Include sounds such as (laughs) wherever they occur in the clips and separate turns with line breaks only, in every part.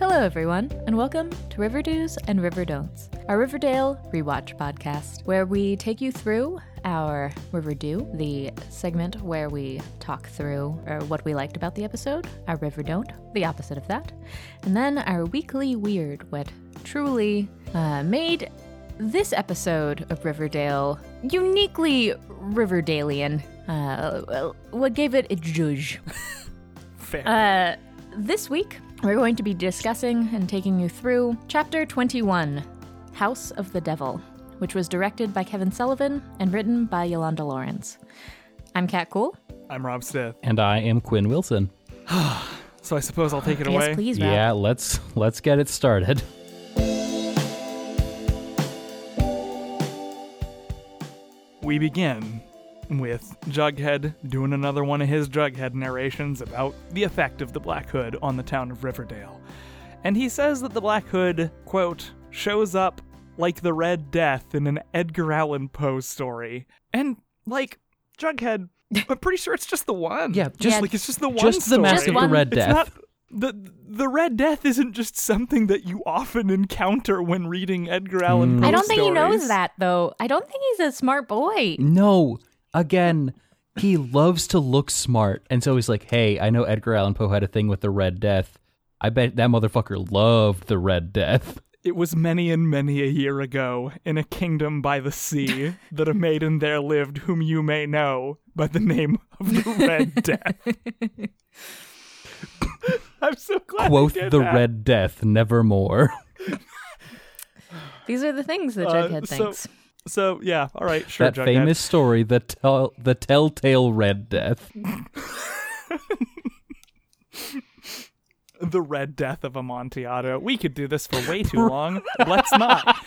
Hello, everyone, and welcome to River Do's and River Don'ts, our Riverdale rewatch podcast, where we take you through our River Do, the segment where we talk through or what we liked about the episode, our River Don't, the opposite of that, and then our weekly weird, what truly uh, made this episode of Riverdale uniquely Riverdalian. Uh, well, what gave it a judge?
Fair.
Uh, this week, we're going to be discussing and taking you through Chapter 21 House of the Devil, which was directed by Kevin Sullivan and written by Yolanda Lawrence. I'm Kat Cool.
I'm Rob Smith.
And I am Quinn Wilson.
So I suppose I'll take it away.
Yes, please, Rob.
Yeah, let's let's get it started.
We begin with Jughead doing another one of his Jughead narrations about the effect of the Black Hood on the town of Riverdale. And he says that the Black Hood, quote, shows up like the Red Death in an Edgar Allan Poe story. And, like,
(laughs)
Jughead, I'm pretty sure it's just the one.
Yeah, just- Yeah.
like it's just the one.
Just the
story.
Mask
Just
of the
one.
Red
It's
Death.
not the the Red Death isn't just something that you often encounter when reading Edgar
Mm.
Allan Poe.
I don't think he knows
stories.
that, though. I don't think he's a smart boy.
no, again, he loves to look smart, and so he's like, "Hey, I know Edgar Allan Poe had a thing with the Red Death. I bet that motherfucker loved the Red Death."
It was many and many a year ago in a kingdom by
(laughs)
the sea that a maiden there lived whom you may know by the name of the
(laughs)
Red Death. (laughs) I'm so glad.
Quoth
(laughs) he did
the
that.
Red Death, nevermore.
These are the things that
Uh,
Jughead
so-
thinks.
So yeah, all right, sure.
(laughs) that
Jughead.
famous story, the tell the telltale Red Death.
the Red Death of Amontillado. We could do this for way too long. Let's not.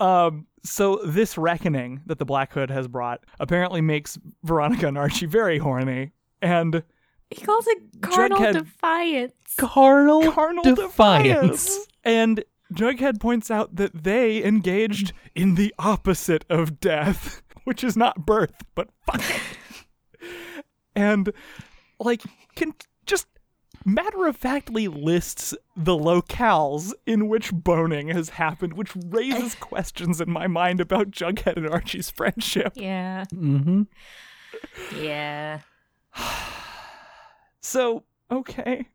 Um, so this reckoning that the Black Hood has brought apparently makes Veronica and Archie very horny and
He calls it carnal
Jughead-
defiance.
Carnal,
carnal
defiance.
defiance. And Jughead points out that they engaged in the opposite of death, (laughs) which is not birth, but fucking. (laughs) and like can just matter of factly lists the locales in which boning has happened, which
(laughs)
raises questions in my mind about Jughead and Archie's friendship.
Yeah.
Mm-hmm.
Yeah.
So, okay.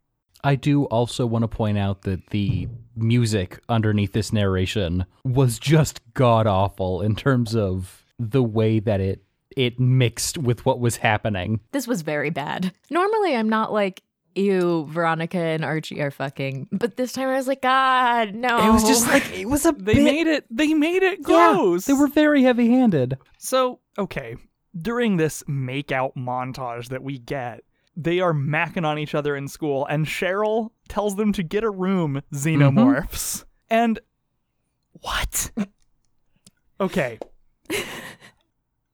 I do also want to point out that the music underneath this narration was just god awful in terms of the way that it it mixed with what was happening.
This was very bad. Normally, I'm not like, ew, Veronica and Archie are fucking. But this time I was like, God, no.
Oh
It was just like it was a
They
bit-
made it they made it
Yeah,
close.
they were very heavy-handed.
So, okay, during this makeout montage that we get, they are macking on each other in school, and Cheryl tells them to get a room, xenomorphs. And what? okay.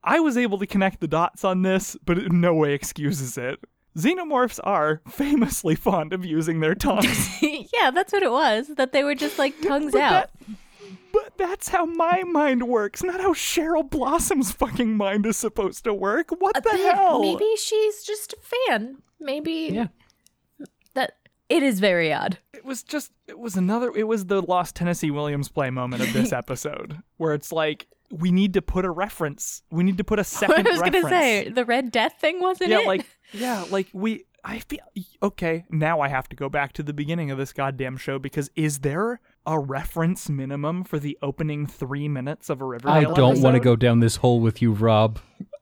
I was able to connect the dots on this, but it in no way excuses it. Xenomorphs are famously fond of using their tongues.
(laughs) yeah, that's what it was. That they were just like tongues
But
out.
that- but that's how my mind works, not how Cheryl Blossom's fucking mind is supposed to work. What the
But
hell?
Maybe she's just a fan. Maybe
Yeah.
that it is very odd. (laughs)
It was just it was another it was the Lost Tennessee Williams play moment of
(laughs)
this episode where it's like we need to put a reference. We need to put
(laughs)
a second
I was
reference.
gonna say the red death thing wasn't
yeah,
it?
like yeah, like we I feel okay, now I have to go back to the beginning of this goddamn show because is there a reference minimum for the opening 3 minutes of a Riverdale
I don't want to
episode?
go down this hole with you, Rob.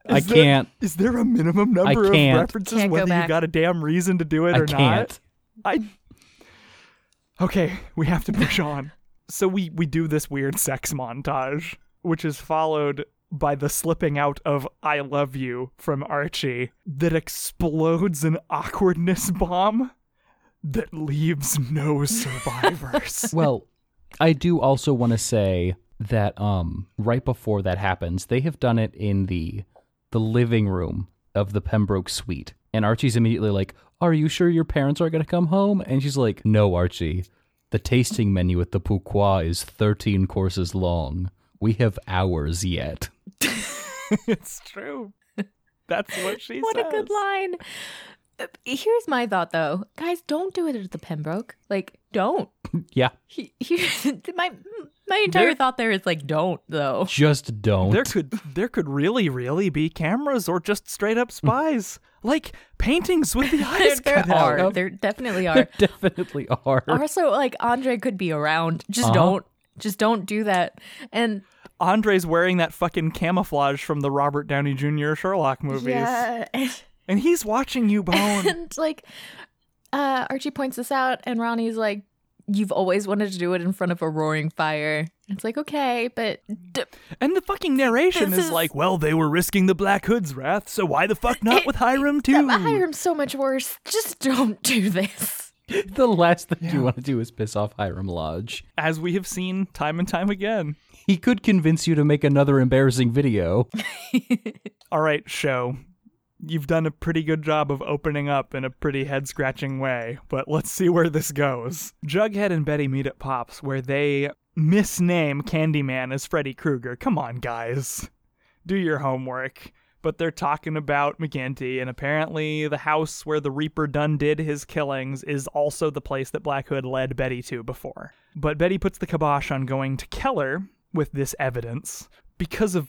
I
Is there-
can't.
Is there a minimum number of
can't.
references
Can't go
whether you
back.
got a damn reason to do it
I
or not?
can't.
I Okay, we have to push on. So we we do this weird sex montage, which is followed by the slipping out of I love you from Archie that explodes an awkwardness bomb that leaves
(laughs)
no (laughs) survivors.
well, I do also want to say that um right before that happens, they have done it in the the living room of the Pembroke suite. And Archie's immediately like, "Are you sure your parents are going to come home?" And she's like, "No, Archie. The tasting menu at the Pouquois is 13 courses long. We have hours yet."
it's true. That's what she
(laughs) what
says.
a good line. Uh, Here's my thought though, guys, don't do it at the Pembroke. Like, don't.
yeah,
He, he, (laughs) my my entire
There-
thought there is like, don't
(laughs)
though.
just don't. (laughs)
There could there could really really be cameras or just straight up spies like paintings
(laughs)
with the
There,
eyes
there
cut out.
are. There
(laughs)
definitely are.
There definitely are.
also, like Andre could be around. Just
Uh-huh.
don't. Just don't do that. And
Andre's wearing that fucking camouflage from the Robert Downey Jr. Sherlock movies,
yeah, (laughs) and,
and he's watching
(laughs)
you, Bone.
and like uh, Archie points this out, and Ronnie's like, "You've always wanted to do it in front of a roaring fire." It's like, okay, but d-
and the fucking narration
This
is,
is-
like, "Well, they were risking the Black Hood's wrath, so why the fuck
(laughs)
not with Hiram too?"
Hiram's so much worse. Just don't do this.
(laughs) The last thing you want to do is piss off Hiram Lodge.
As we have seen time and time again.
He could convince you to make another embarrassing video.
All right, show. You've done a pretty good job of opening up in a pretty head scratching way, but let's see where this goes. Jughead and Betty meet at Pops, where they misname Candyman as Freddy Krueger. Come on, guys. Do your homework. But they're talking about McGinty, and apparently the house where the Reaper Dunn did his killings is also the place that Black Hood led Betty to before. But Betty puts the kibosh on going to Keller with this evidence because of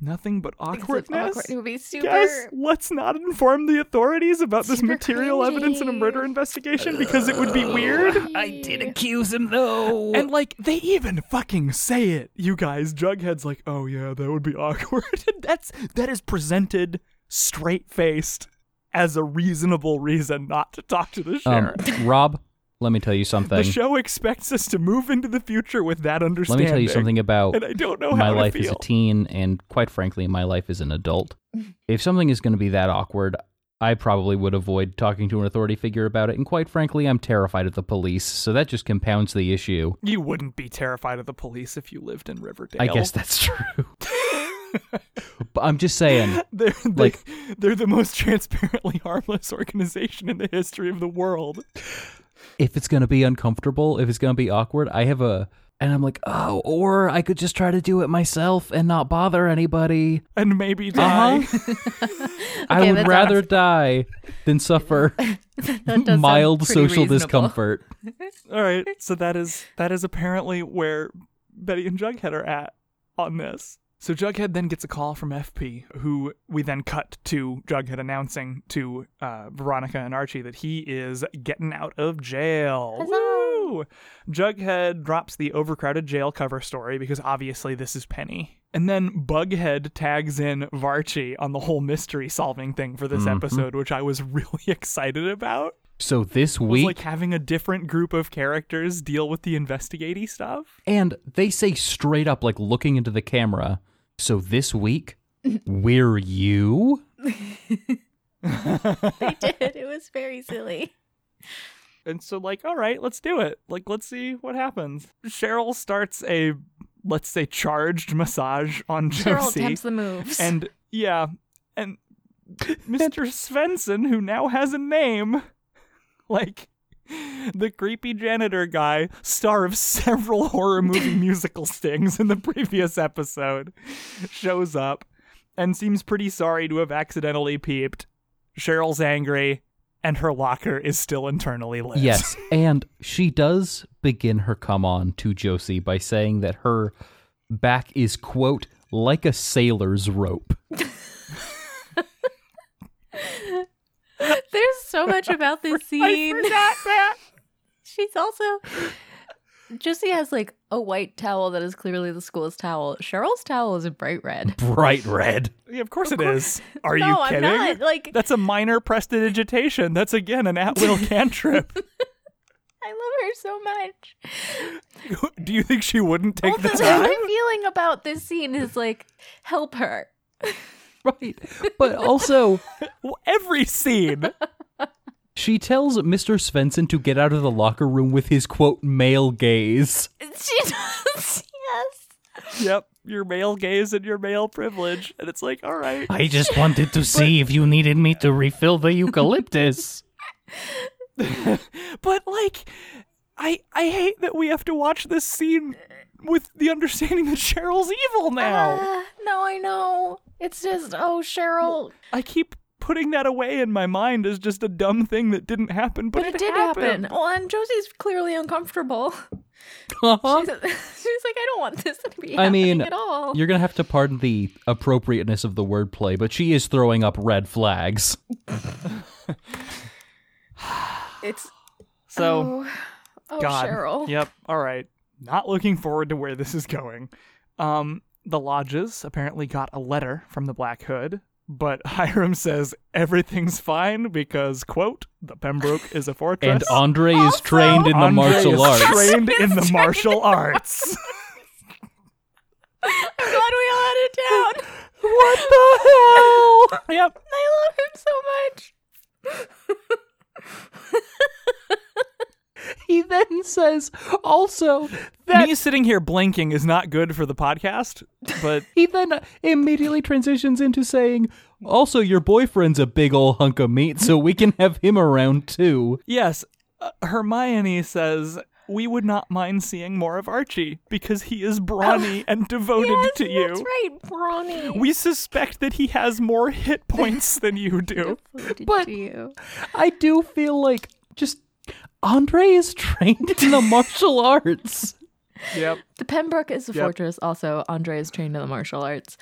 nothing but awkwardness.
Awkward. It would be super.
Guys, let's not inform the authorities about this
Super
material evidence in a murder
cringy.
investigation because it would be weird.
(laughs)
accuse him though.
And like they even fucking say it, you guys. Jughead's like, "Oh yeah, that would be (laughs) awkward." That's that is presented straight faced as a reasonable reason not to talk to the
um,
sheriff.
(laughs) Rob, let me tell you something.
the show expects us to move into the future with that
let
understanding.
me tell you something about
And I don't know
my
how
life
to
as
feel.
a teen and quite frankly my life as an adult if something is going to be that awkward i probably would avoid talking to an authority figure about it and quite frankly i'm terrified of the police so that just compounds the issue
you wouldn't be terrified of the police if you lived in Riverdale.
i guess that's (laughs) true but i'm just saying
They're they,
Like-
they're the most (laughs) transparently harmless organization in the history of the world.
if it's going to be uncomfortable if it's going to be awkward i have a and i'm like oh or i could just try to do it myself and not bother anybody Uh-huh.
And maybe die.
i
Okay,
would
that's
rather die than suffer
(laughs) That does sound
mild
pretty
social
reasonable.
discomfort
All right. So that is that is apparently where Betty and Jughead are at on this. So Jughead then gets a call from FP, who we then cut to Jughead announcing to uh, Veronica and Archie that he is getting out of jail. Woo! Jughead drops the overcrowded jail cover story because obviously this is Penny. And then Bughead tags in Varchi on the whole mystery solving thing for this episode, which I was (laughs) really excited about
so this
was
week
like having a different group of characters deal with the investigatey stuff.
And they say straight up, like looking into the camera. So
(laughs)
this week, we're you.
(laughs) They did. It was very silly.
And so like, all right, let's do it. Like let's see what happens. Cheryl starts a let's say charged massage on
Cheryl
Josie.
attempts the moves.
and yeah, and Mr. Svensson who now has a name (laughs) like the creepy janitor guy, star of several (laughs) horror movie musical stings in the previous episode, shows up and seems pretty sorry to have accidentally peeped. Cheryl's angry, and her locker is still internally lit. (laughs)
Yes. And she does begin her come on to Josie by saying that her back is, quote, like a sailor's rope.
(laughs) There's so much about this
I
scene.
forgot that.
She's also Josie has like a white towel that is clearly the school's towel. Cheryl's towel is bright red.
Bright red.
Yeah, of course it is. Are
no,
you
I'm
kidding?
not. Like
That's a minor prestidigitation. That's again an at will cantrip.
I love her so much.
(laughs) Do you think she wouldn't take
Also,
the time?
my feeling about this scene is like help her.
(laughs) Right. But also,
Well, Every scene.
(laughs)
she tells Mr. Svensson to get out of the locker room with his, quote, male gaze.
She (laughs) does. Yes.
yep, your male gaze and your male privilege. And it's like, all right.
I just (laughs) wanted to see if you needed me to refill the (laughs) eucalyptus.
But like I I hate that we have to watch this scene with the understanding that
Uh,
Cheryl's evil now.
Ah, no, I know. It's just oh, Cheryl.
I keep putting that away in my mind as just a dumb thing that didn't happen, but,
But it, did happen. Well, and Josie's clearly uncomfortable.
Uh-huh.
She's, (laughs) she's like, I don't want this to be happening
I mean,
at all.
you're gonna have to pardon the appropriateness of the wordplay, but she is throwing up red flags.
It's
So,
oh, oh,
God.
Cheryl.
Yep. All right. Not looking forward to where this is going. Um, the lodges apparently got a letter from the Black Hood, but (laughs) Hiram says everything's fine because, quote, the Pembroke is a fortress.
And Andre is
Also-
trained in the
Andre is
martial arts.
(laughs) Trained in the martial arts. (laughs)
I'm glad we all had it down.
what the hell? Yep.
(laughs) I love him so much.
(laughs) he then says also
Me sitting here blinking is not good for the podcast, (laughs) but
he then immediately transitions into saying also your boyfriend's a big ol' hunk of meat, so we can have him around too.
Yes, uh, Hermione says we would not mind seeing more of Archie because he is brawny and devoted to you.
That's right, Brawny.
We suspect that he has more hit points than
(laughs)
you do.
but you.
I do feel like just Andre is trained in the martial (laughs) arts.
Yep.
The Pembroke is a
Yep.
fortress. Also, Andre is trained in the martial arts.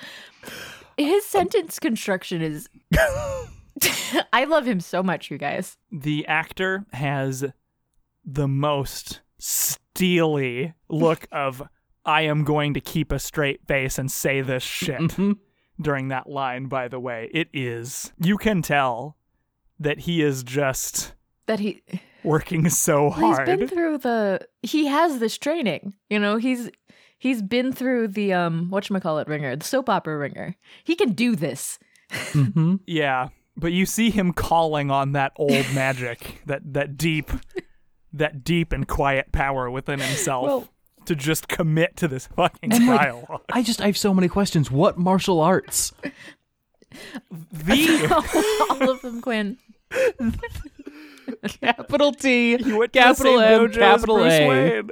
His sentence construction is. (laughs) I love him so much, you guys.
The actor has the most steely look of I am going to keep a straight face and say this shit
Mm-hmm.
Mhm.
(laughs) during that line, by the way. It is. You can tell that he is just
That he
working so
he's
hard.
been through the he has this training. You know, he's he's been through the um whatchamacallit ringer, the soap opera ringer. He can do this.
Mhm.
Yeah, but you see him calling on that
(laughs)
old magic, that that deep, that deep and quiet power within himself
Well-
to just commit to this fucking
And, like,
dialogue.
(laughs)
(laughs)
I just I have so many questions. What martial arts?
the
(laughs) All of them, Quinn.
Capital T,
you went
capital
to the same
M,
dojo as
capital
Bruce
A.
Wayne.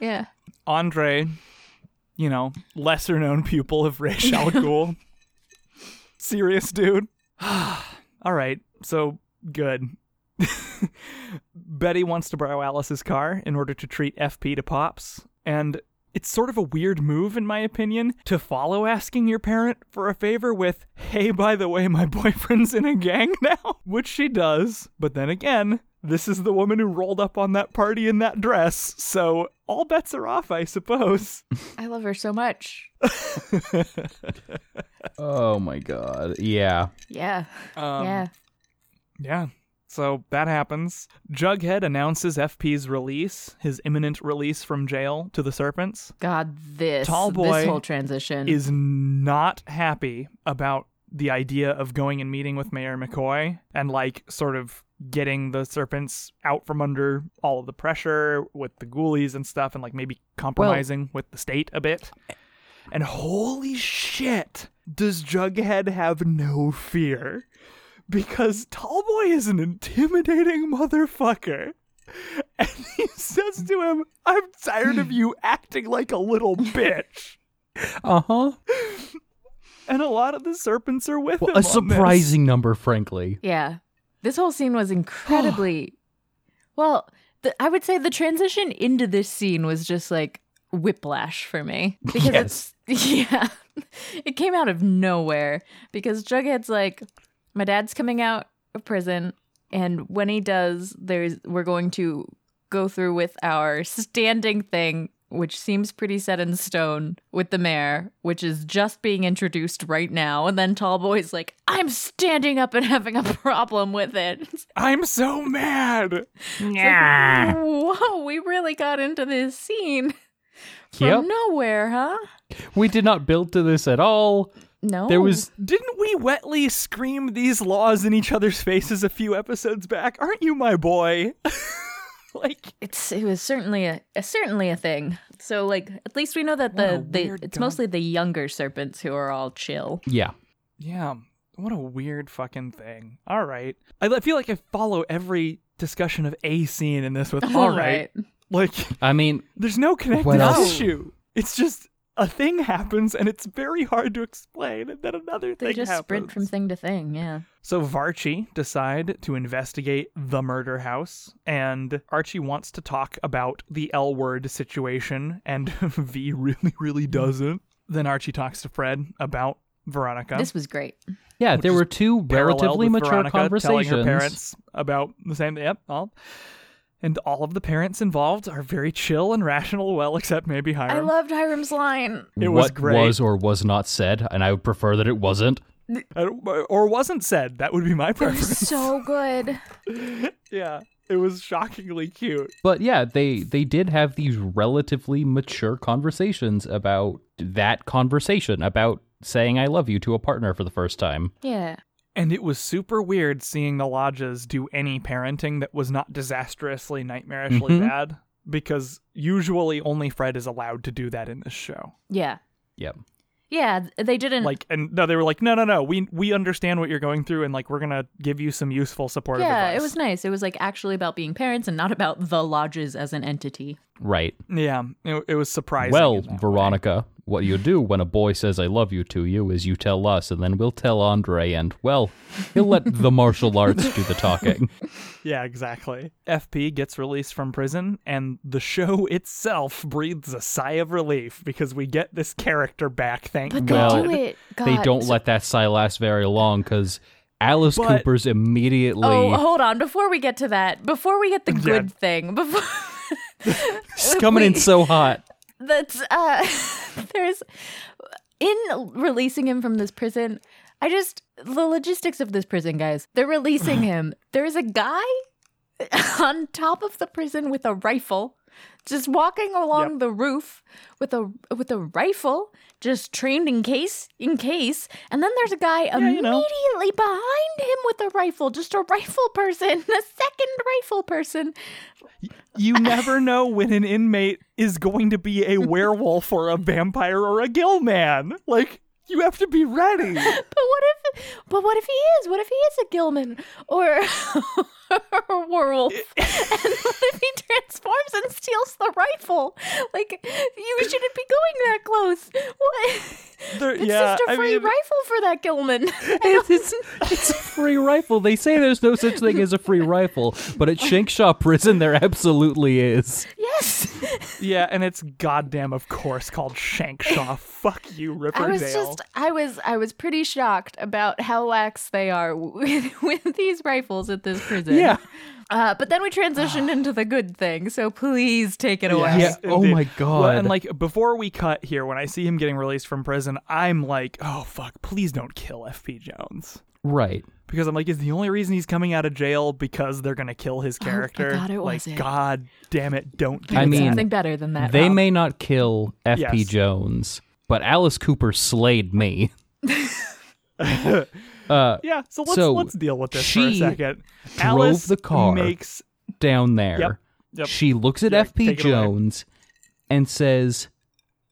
Yeah.
Andre, you know, lesser known pupil of
(laughs)
Ra's al Ghul. Serious
(sighs)
dude. All right, so good. Betty wants to borrow Alice's car in order to treat FP to Pops, and it's sort of a weird move, in my opinion, to follow asking your parent for a favor with, hey, by the way, my (laughs) boyfriend's in a gang now, (laughs) which she does, but then again, this is the woman who rolled up on that party in that dress, so all bets are off, I suppose.
I love her so much.
Oh my god. Yeah.
Yeah.
Um,
yeah.
Yeah. So that happens. Jughead announces FP's release, his imminent release from jail to the Serpents,
God, this
Tall
this
Boy
whole transition
is not happy about the idea of going and meeting with Mayor McCoy and, like, sort of getting the Serpents out from under all of the pressure with the ghoulies and stuff and, like, maybe compromising with the state a bit. And holy shit, does Jughead have no fear? because Tallboy is an intimidating motherfucker. And he says to him, I'm tired of you acting like a little bitch.
Uh huh.
And a lot of the serpents are with him.
Well, a
on this.
surprising number, frankly.
Yeah. This whole scene was
(sighs)
incredibly. well, the, I would say the transition into this scene was just like whiplash for me. Because it's. (laughs) Yeah. It came out of nowhere because Jughead's like, my dad's coming out of prison. And when he does, there's we're going to go through with our standing thing, which seems pretty set in stone with the mayor, which is just being introduced right now. And then Tallboy's like, I'm standing up and having a problem with it. (laughs) It's
I'm so mad.
like, Whoa, we really got into this scene from
Yep.
nowhere, huh?
We did not build to this at all.
No.
There was
Didn't we wetly scream these laws in each other's faces a few episodes back? Aren't you my boy? (laughs) like,
it's it was certainly a, a certainly a thing. So like at least we know that
What a
the, the
weird
it's
dumb-
mostly the younger serpents who are all chill.
yeah.
Yeah, what a weird fucking thing. All right. I l- feel like I follow every discussion of a scene
(laughs)
in this with, all right. Like,
I mean,
There's no connected
What else?
issue. It's just a thing happens and it's very hard to explain, and then another
They
thing
just
happens.
sprint from thing to thing, yeah.
So Varchi decide to investigate the murder house, and Archie wants to talk about the L word situation, and (laughs) V really,
Hmm.
really doesn't. Then Archie talks to Fred about Veronica.
This was great.
Yeah,
Which
there
is
were two
paralleled
relatively
with
mature
Veronica
conversations.
Telling her parents about the same. Yep. All. And all of the parents involved are very chill and rational. Well, except maybe Hiram.
I loved Hiram's line.
It was
what
great.
was or was not said, and I would prefer that it wasn't.
I don't- or wasn't said. That would be my
It was
preference.
so good.
(laughs) yeah, it was shockingly cute.
But yeah, they they did have these relatively mature conversations about that conversation about saying I love you to a partner for the first time.
Yeah.
And it was super weird seeing the lodges do any parenting that was not disastrously, nightmarishly
Mhm.
bad. Because usually only Fred is allowed to do that in this show.
Yeah.
Yep.
Yeah. th- They didn't.
Like, and no, they were like, no, no, no, we we understand what you're going through, and like, we're gonna give you some useful supportive
yeah,
advice.
it was nice. It was like actually about being parents and not about the lodges as an entity.
Right.
yeah, it, it was surprising.
well,
in that way.
Veronica, what you do when a boy says I love you to you is you tell us and then we'll tell Andre and well, he'll let
(laughs)
the martial arts do the talking.
Yeah, exactly. FP gets released from prison, and the show (laughs) itself breathes a sigh of relief because we get this character back. Thank
But they
God.
Well,
do it. God.
they don't
so-
let that sigh last very long cuz Alice
But-
Cooper's immediately
Oh, hold on. Before we get to that, before we get the
Yeah.
good thing, before (laughs)
(laughs)
It's coming in
Wait.
so hot.
that's uh, (laughs) there's in releasing him from this prison. I just the logistics of this prison, guys. They're
(laughs)
releasing him. There's a guy (laughs) on top of the prison with a rifle, just walking along the roof with a with a rifle, just trained in case in case. And then there's a guy
you
immediately
know.
behind him with a rifle, just a rifle person, (laughs) a second rifle person.
You never know when an inmate is going to be a werewolf or a vampire or a gill man. Like, you have to
(laughs)
be ready.
But what if? But what if he is? What if he is a Gilman or (laughs) or a werewolf? (laughs) and what if he transforms and steals the rifle? Like you shouldn't be going that close. What?
There-
It's
yeah,
just a
I
free
mean-
rifle for that Gilman.
It's, (laughs) it's, it's a free rifle. They say there's no such thing as a free rifle, but at Shankshaw Prison, there absolutely is.
yes.
Yeah, and it's goddamn, of course, called (laughs) Shankshaw. Fuck you, Riverdale.
I was just I was I was pretty shocked about how lax they are (laughs) with, with these rifles at this prison.
Yeah.
Uh, but then we transitioned into the good thing, so please take it away.
Yeah. Oh
indeed.
my
Well,
God.
and like before we cut here, when I see him getting released from prison, I'm like, oh fuck, please don't kill FP Jones.
Right.
Because I'm like, is the only reason he's coming out of jail because they're gonna kill his
my
character?
God, Oh, it
like,
was it.
God damn it, don't do
I
It's
mean,
something better than that.
They
Rob.
may not kill F.P.
Yes.
Jones, but Alice Cooper
(laughs)
slayed me. uh,
Yeah, so let's
So,
let's deal with this for a
she
second.
drove
Alice
the car.
makes
down there,
Yep. Yep.
she looks at
Yeah,
F.P.
take it away.
Jones and says,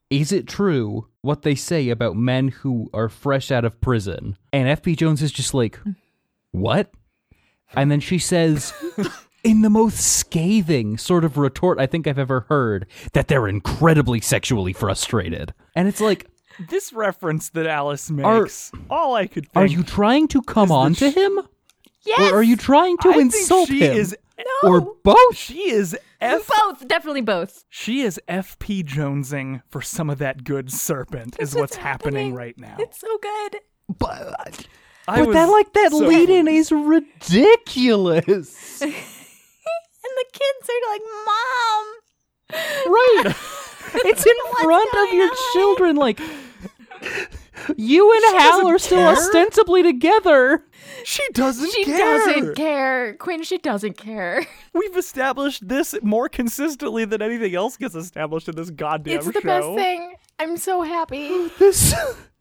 Is it true what they say about men who are fresh out of prison? And F.P. Jones is just like, What? And then
(laughs)
she says, in the most scathing sort of retort I think I've ever heard, that they're incredibly sexually frustrated. And it's like,
this reference that Alice
Are-
makes. all I could think.
Are you trying to come on to him?
Yes.
Or are you trying to
I think
insult
she
him?
is- Oh!
Or
No.
both?
She is f.
both? Definitely both.
She is FP Jonesing for some of that good serpent. Is what's happening right now.
It's so good.
But,
I
but that
was
like that
so
lead in is
(laughs)
ridiculous.
And the kids are like, Mom.
right. It's in front of your children
(laughs)
like you and Hal
doesn't
are still
care?
ostensibly together.
She doesn't
She
care.
doesn't care. Quinn, she doesn't
(laughs)
care.
We've established this more consistently than anything else gets established in this goddamn
it's
show.
the best thing. I'm so
(gasps)
happy.
This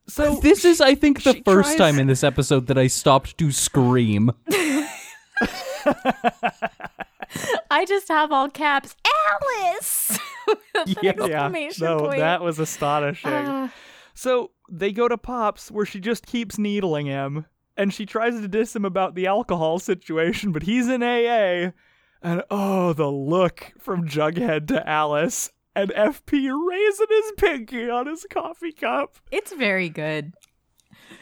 So
(laughs) This is I think the
she tries-
first time in this episode that I stopped
(laughs)
to scream.
I just have all caps. (laughs) Alice! With an
yeah,
exclamation
no,
point.
that was astonishing.
Ah.
So they go to Pops, where she just keeps needling him, and she tries to diss him about the alcohol situation, but he's in AA. And oh, the look from Jughead to Alice, and FP raising his pinky on his coffee cup.
(laughs) it's very good.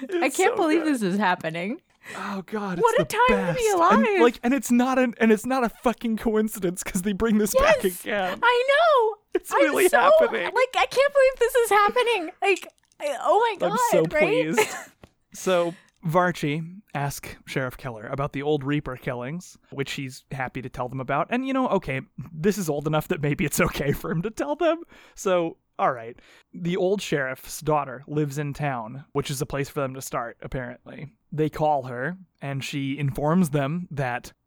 I
It's
can't
so
believe
good.
this is happening.
Oh God!
What
it's
a
the
time to be
best.
alive.
And, like, and it's not an and it's not a fucking coincidence because they bring this back
Yes!
again.
I know.
It's
I'm
really
so-
happening.
Like I can't believe this is happening. Like I, oh my god.
I'm so
right?
pleased.
(laughs)
so Varchi asks Sheriff Keller about the old Reaper killings, which he's happy to tell them about. And you know, okay, this is old enough that maybe it's okay for him to tell them. So all right, the old sheriff's daughter lives in town, which is a place for them to start. Apparently, they call her, and she informs them that. (laughs)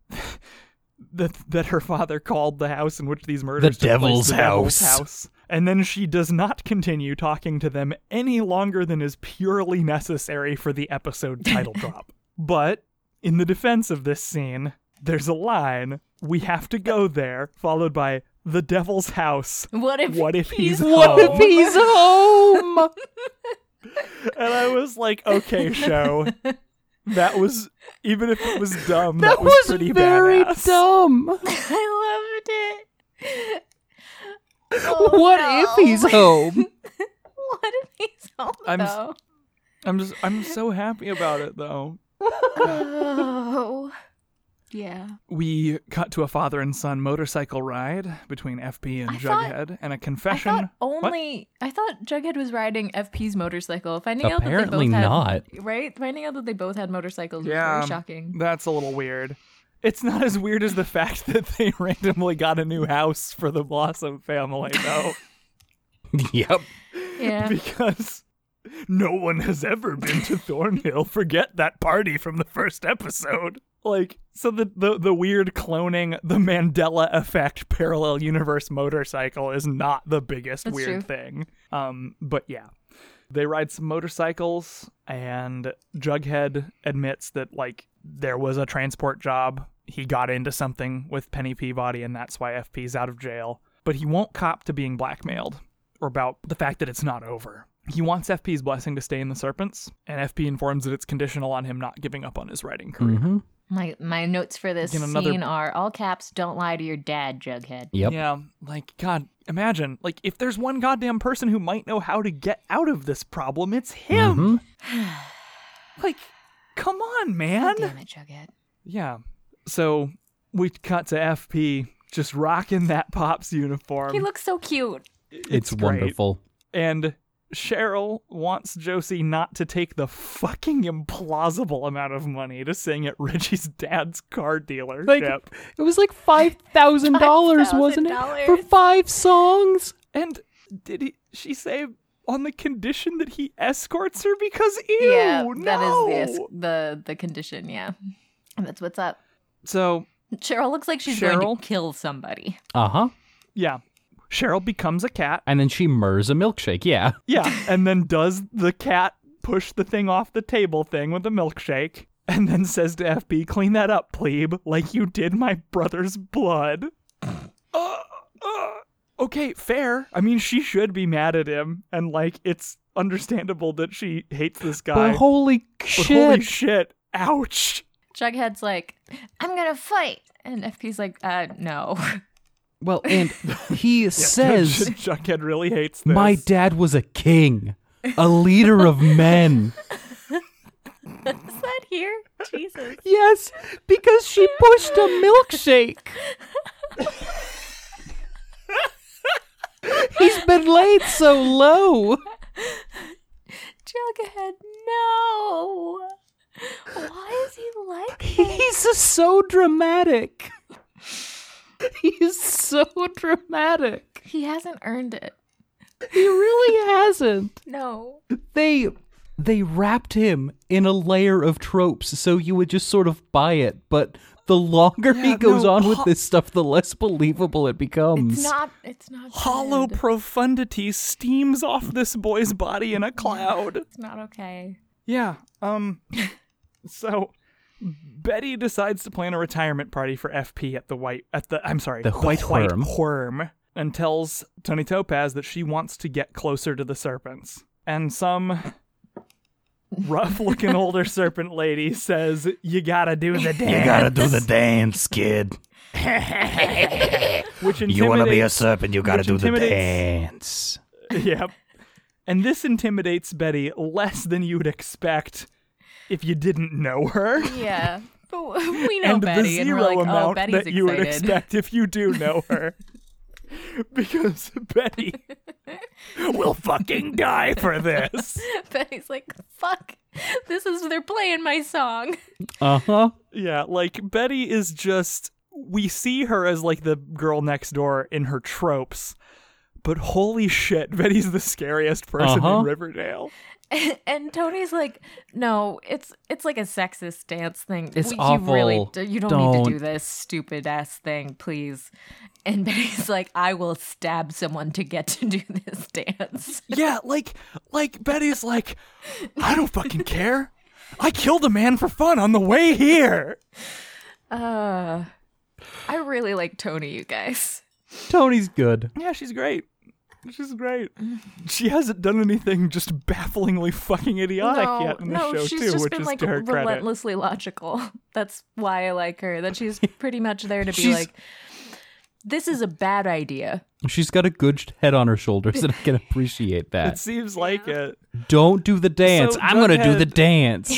That, that her father called the house in which these murders took place
devil's
the devil's
house.
house. And then she does not continue talking to them any longer than is purely necessary for the episode
(laughs)
title drop. But in the defense of this scene, there's a line we have to go there, followed by the devil's house.
What if
What if he's
home?
home?
He's home.
And I was like, okay, show. That was, even if it was
(laughs)
dumb, that,
that was
pretty
very
badass. (laughs)
dumb.
I loved it.
(laughs)
Oh,
what
(laughs)
if he's home?
What if he's home
I'm s-
though?
I'm just, I'm so happy about it though.
Oh. Yeah.
We cut to a father and son motorcycle ride between FP and
I thought-
Jughead and a
I
confession.
thought only I thought Jughead was riding FP's motorcycle. Finding out that they
Apparently
both had,
not.
Right? Finding out that they both had motorcycles
Yeah.
was very
(laughs)
shocking.
That's a little weird. It's not as weird as the fact (laughs) that they randomly got a new house for the Blossom family, though,
yep.
Yeah.
because no one has ever been to Thornhill. (laughs) Forget that party from the first episode. Like, so the, the, the weird cloning, the Mandela effect parallel universe motorcycle is not the biggest
That's
weird
true.
thing. Um, but yeah. They ride some motorcycles, and Jughead admits that, like, there was a transport job. He got into something with Penny Peabody, and that's why FP's out of jail. But he won't cop to being blackmailed or about the fact that it's not over. He wants FP's blessing to stay in the Serpents, and FP informs that it's conditional on him not giving up on his writing career.
Mm-hmm.
My my notes for this
Get another-
scene are all caps, don't lie to your dad, Jughead.
Yep.
Yeah, like, God, imagine, like, if there's one goddamn person who might know how to get out of this problem, it's him.
Mhm.
Like, come on,
God
man.
damn it, Jughead.
Yeah. So we cut to FP just rocking that pop's uniform.
He looks so cute.
It's,
great.
wonderful.
And Cheryl wants Josie not to take the fucking implausible amount of money to sing at Reggie's dad's car dealership.
It was like five thousand dollars, wasn't it, for
$5,000?
five songs?
and did he, she say on the condition that he escorts her because ew,
yeah, that
no.
is the, the the condition, yeah. And that's what's up.
So
Cheryl looks like she's going
Cheryl?
to kill somebody.
Uh huh.
yeah, Cheryl becomes a cat.
And then she murs a milkshake. Yeah.
Yeah, and then does the cat push the thing off the table thing with a milkshake, and then says to FB, "Clean that up, plebe, like you did my brother's blood." (coughs) uh, uh, okay, fair. I mean, she should be mad at him, and like it's understandable that she hates this guy.
But holy
But
shit!
holy shit! Ouch! (laughs)
Jughead's like, I'm gonna fight. And FP's like, uh, no. (laughs)
well, and he says,
Jughead really hates this.
"My dad was a king, a leader of men."
Is that here? Jesus.
Yes, because she pushed a milkshake. He's been laid so low.
Jughead, no. Why is he like this?
He's so dramatic. He's so dramatic.
He hasn't earned it.
He really hasn't.
No.
They they wrapped him in a layer of tropes so you would just sort of buy it, but the longer he
Yeah,
goes
no,
on with
ho-
this stuff, the less believable it becomes.
It's not it's not
hollow
good.
profundity steams off this boy's body in a cloud.
It's not
(laughs)
okay.
Yeah. Um. (laughs) so Betty decides to plan a retirement party for FP at the white at the I'm sorry
The White Worm.
Worm, and tells Tony Topaz that she wants to get closer to the serpents. And some rough looking older serpent lady says, "You gotta do the dance."
do the
(laughs)
dance, kid.
Which
You want to be a
intimidates-
serpent, you gotta
which
do the
intimidates- (laughs)
dance.
Yep. And this intimidates Betty less than you'd expect. if you didn't know her.
Yeah. But w- we know
and
Betty,
the zero
and we're like,
amount
oh, Betty's
that you would
excited.
expect if you do know her. (laughs) because
(laughs)
Betty will fucking die for this.
(laughs) Betty's like, fuck, this is, they're playing my song.
Uh huh.
Yeah, like Betty is just we see her as like the girl next door in her tropes. But holy shit, Betty's the scariest person
Uh-huh.
in Riverdale.
and Tony's like, no, it's it's like a sexist dance thing.
It's
We- You really,
awful.
d- you don't, need to do
Don't.
this stupid ass thing, please. And (laughs) Betty's like, I will stab someone to get to do this dance.
Yeah, like like Betty's like I don't fucking care. I killed a man for fun on the way here.
Uh, I really like Tony, you guys.
Tony's good.
Yeah, she's great.
(laughs)
She's great. She hasn't done anything just bafflingly fucking idiotic
no,
yet in the
no,
show
she's
too,
just
which
been
is
like
to her credit.
relentlessly logical. (laughs) That's why I like her. That
(laughs)
she's pretty much there to be
She's-
like, this is a bad idea.
She's got a good sh- head on her shoulders, and I can appreciate
It
that.
seems like it.
Don't do the dance.
So,
I'm gonna do the
Jughead-
dance.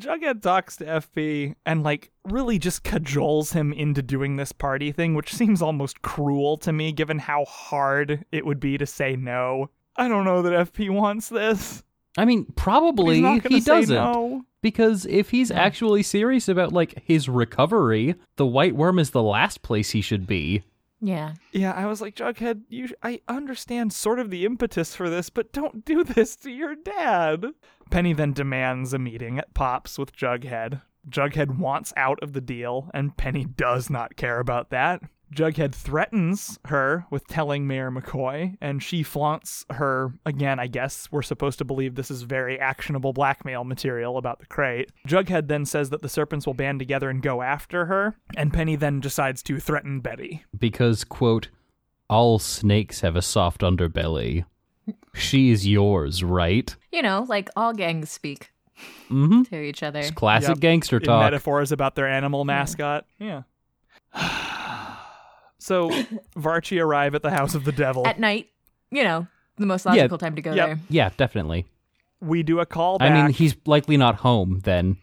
Jughead talks to FP and like really just cajoles him into doing this party thing, which seems almost cruel to me given how hard it would be to say no. I don't know that FP wants this.
I mean,
but
probably
he's not gonna
he
say
doesn't.
No.
Because if he's actually serious about like his recovery, the White Worm is the last place he should be.
Yeah.
Yeah, I was like, Jughead, you sh- I understand sort of the impetus for this, but don't do (laughs) this to your dad. Penny then demands a meeting at Pops with Jughead. Jughead wants out of the deal, and Penny does not care about that. Jughead threatens her with telling Mayor McCoy, and she flaunts her again. I guess we're supposed to believe this is very actionable blackmail material about the crate. Jughead then says that the serpents will band together and go after her, and Penny then decides to threaten Betty.
Because, quote, all snakes have a soft underbelly. She's yours, right?
You know, like all gangs speak
Mm-hmm.
to each other.
It's classic
Yep.
gangster
in
talk.
metaphors about their animal mascot. Yeah. (sighs) so Varchi arrive at the house of the devil.
At night, you know, the most logical time to go
Yep.
there.
yeah, definitely.
we do a call
I
back.
mean, he's likely not home then.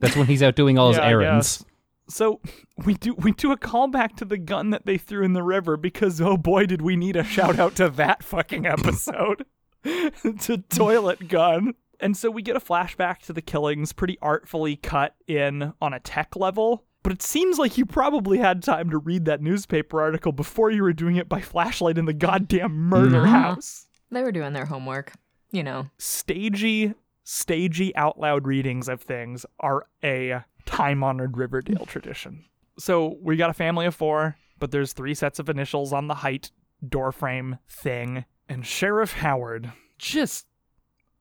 That's when he's out doing all
(laughs)
his
Yeah, I
errands.
so (laughs) we do we do a callback to the gun that they threw in the river because oh boy did we need a shout out to that (laughs) fucking episode (laughs) to toilet gun. And so we get a flashback to the killings pretty artfully cut in on a tech level. But it seems like you probably had time to read that newspaper article before you were doing it by flashlight in the goddamn murder
Mhm.
house.
They were doing their homework, you know.
Stagey, stagey out loud readings of things are a time honored Riverdale tradition. So we got a family of four, but there's three sets of initials on the height doorframe thing. And Sheriff Howard just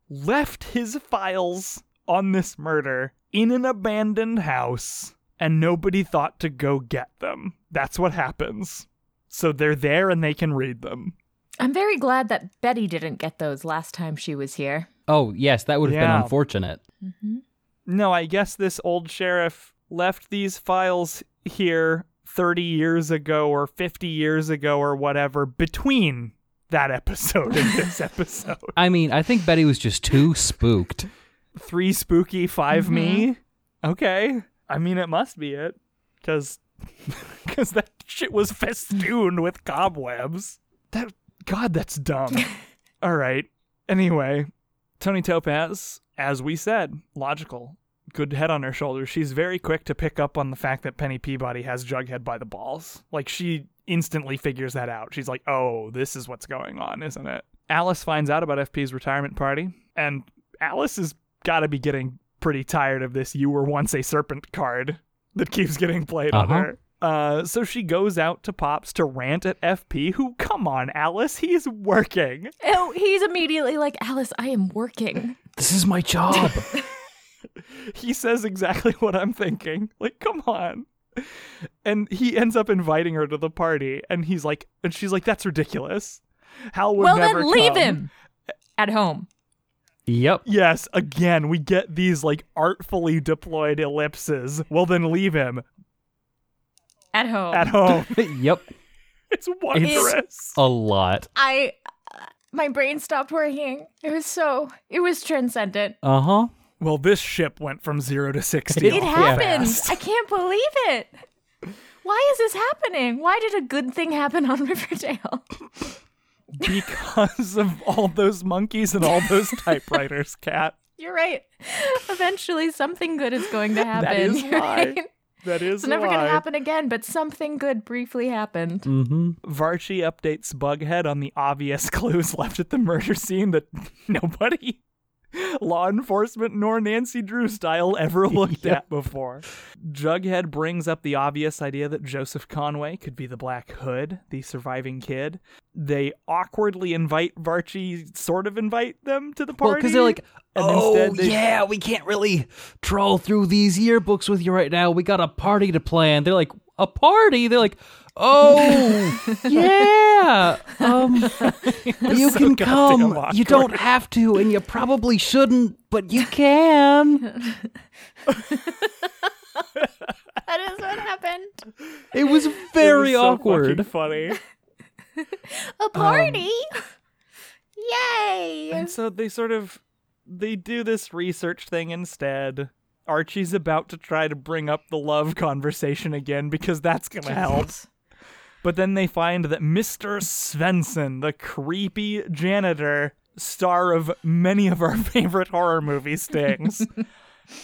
left his files on this murder in an abandoned house, and nobody thought to go get them. That's what happens. So they're there and they can read them.
I'm very glad that Betty didn't get those last time she was here.
Oh, yes, that would have
Yeah.
been unfortunate.
Mm-hmm.
No, I guess this old sheriff left these files here 30 years ago or 50 years ago or whatever between that episode and this episode.
I mean, I think Betty was just too spooked.
Three spooky, 5 me. Okay. I mean, it must be it. (laughs) Because that shit was festooned with cobwebs. That God, that's dumb. All right. Anyway, Tony Topaz, as we said, logical. Good head on her shoulders. She's very quick to pick up on the fact that Penny Peabody has Jughead by the balls. Like, she instantly figures that out. She's like, oh, this is what's going on, isn't it? Alice finds out about FP's retirement party, and Alice has got to be getting pretty tired of this you were once a serpent card that keeps getting played on
Uh-huh.
her. Uh, so she goes out to Pops to rant at FP, who, come on, Alice, he's working.
Oh, he's immediately like, Alice, I am working.
This is my job.
(laughs) he says exactly what I'm thinking. Like, come on. And he ends up inviting her to the party, and he's like, and she's like, that's ridiculous. Hal would
well,
never
then leave
come."
him at home.
(laughs) yep.
Yes, again, we get these like artfully deployed ellipses. Well, then leave him
At home. (laughs)
at home.
yep.
it's wondrous.
A lot.
I uh, My brain stopped working. It was so, it was transcendent.
Uh huh.
Well, this ship went from zero to 60.
It happened. I can't believe it. Why is this happening? Why did a good thing happen on Riverdale?
(laughs) because of all those monkeys and all those
(laughs)
typewriters, Cat.
You're right. (laughs) Eventually, something good is going (laughs) to happen.
That is
You're
why.
right.
That is
It's never
why.
going to happen again, but something good briefly happened.
Mm-hmm.
Varchi updates Bughead on the obvious (laughs) clues left at the murder scene that (laughs) nobody, law enforcement nor Nancy Drew style,
(laughs)
ever looked at before. Jughead brings up the obvious idea that Joseph Conway could be the Black Hood, the surviving kid. They awkwardly invite Varchi, sort of invite them to the party.
Well, because they're like,
and
oh
instead they-
yeah, we can't really troll through these yearbooks with you right now. We got a party to plan. They're like, a party. They're like, (laughs) oh yeah, (laughs) um, you
so
can
goddamn
come. You
awkward.
don't have to, and you probably shouldn't, but you can.
(laughs) That is what happened.
(laughs) It was
It was
very
so
awkward.
fucking funny.
A party. Um, (laughs) Yay.
And so they sort of they do this research thing instead. Archie's about to try to bring up the love (laughs) conversation again because that's going to help. But then they find that Mr. Svensson, the creepy janitor, star of many of our (laughs) favorite horror movie stings,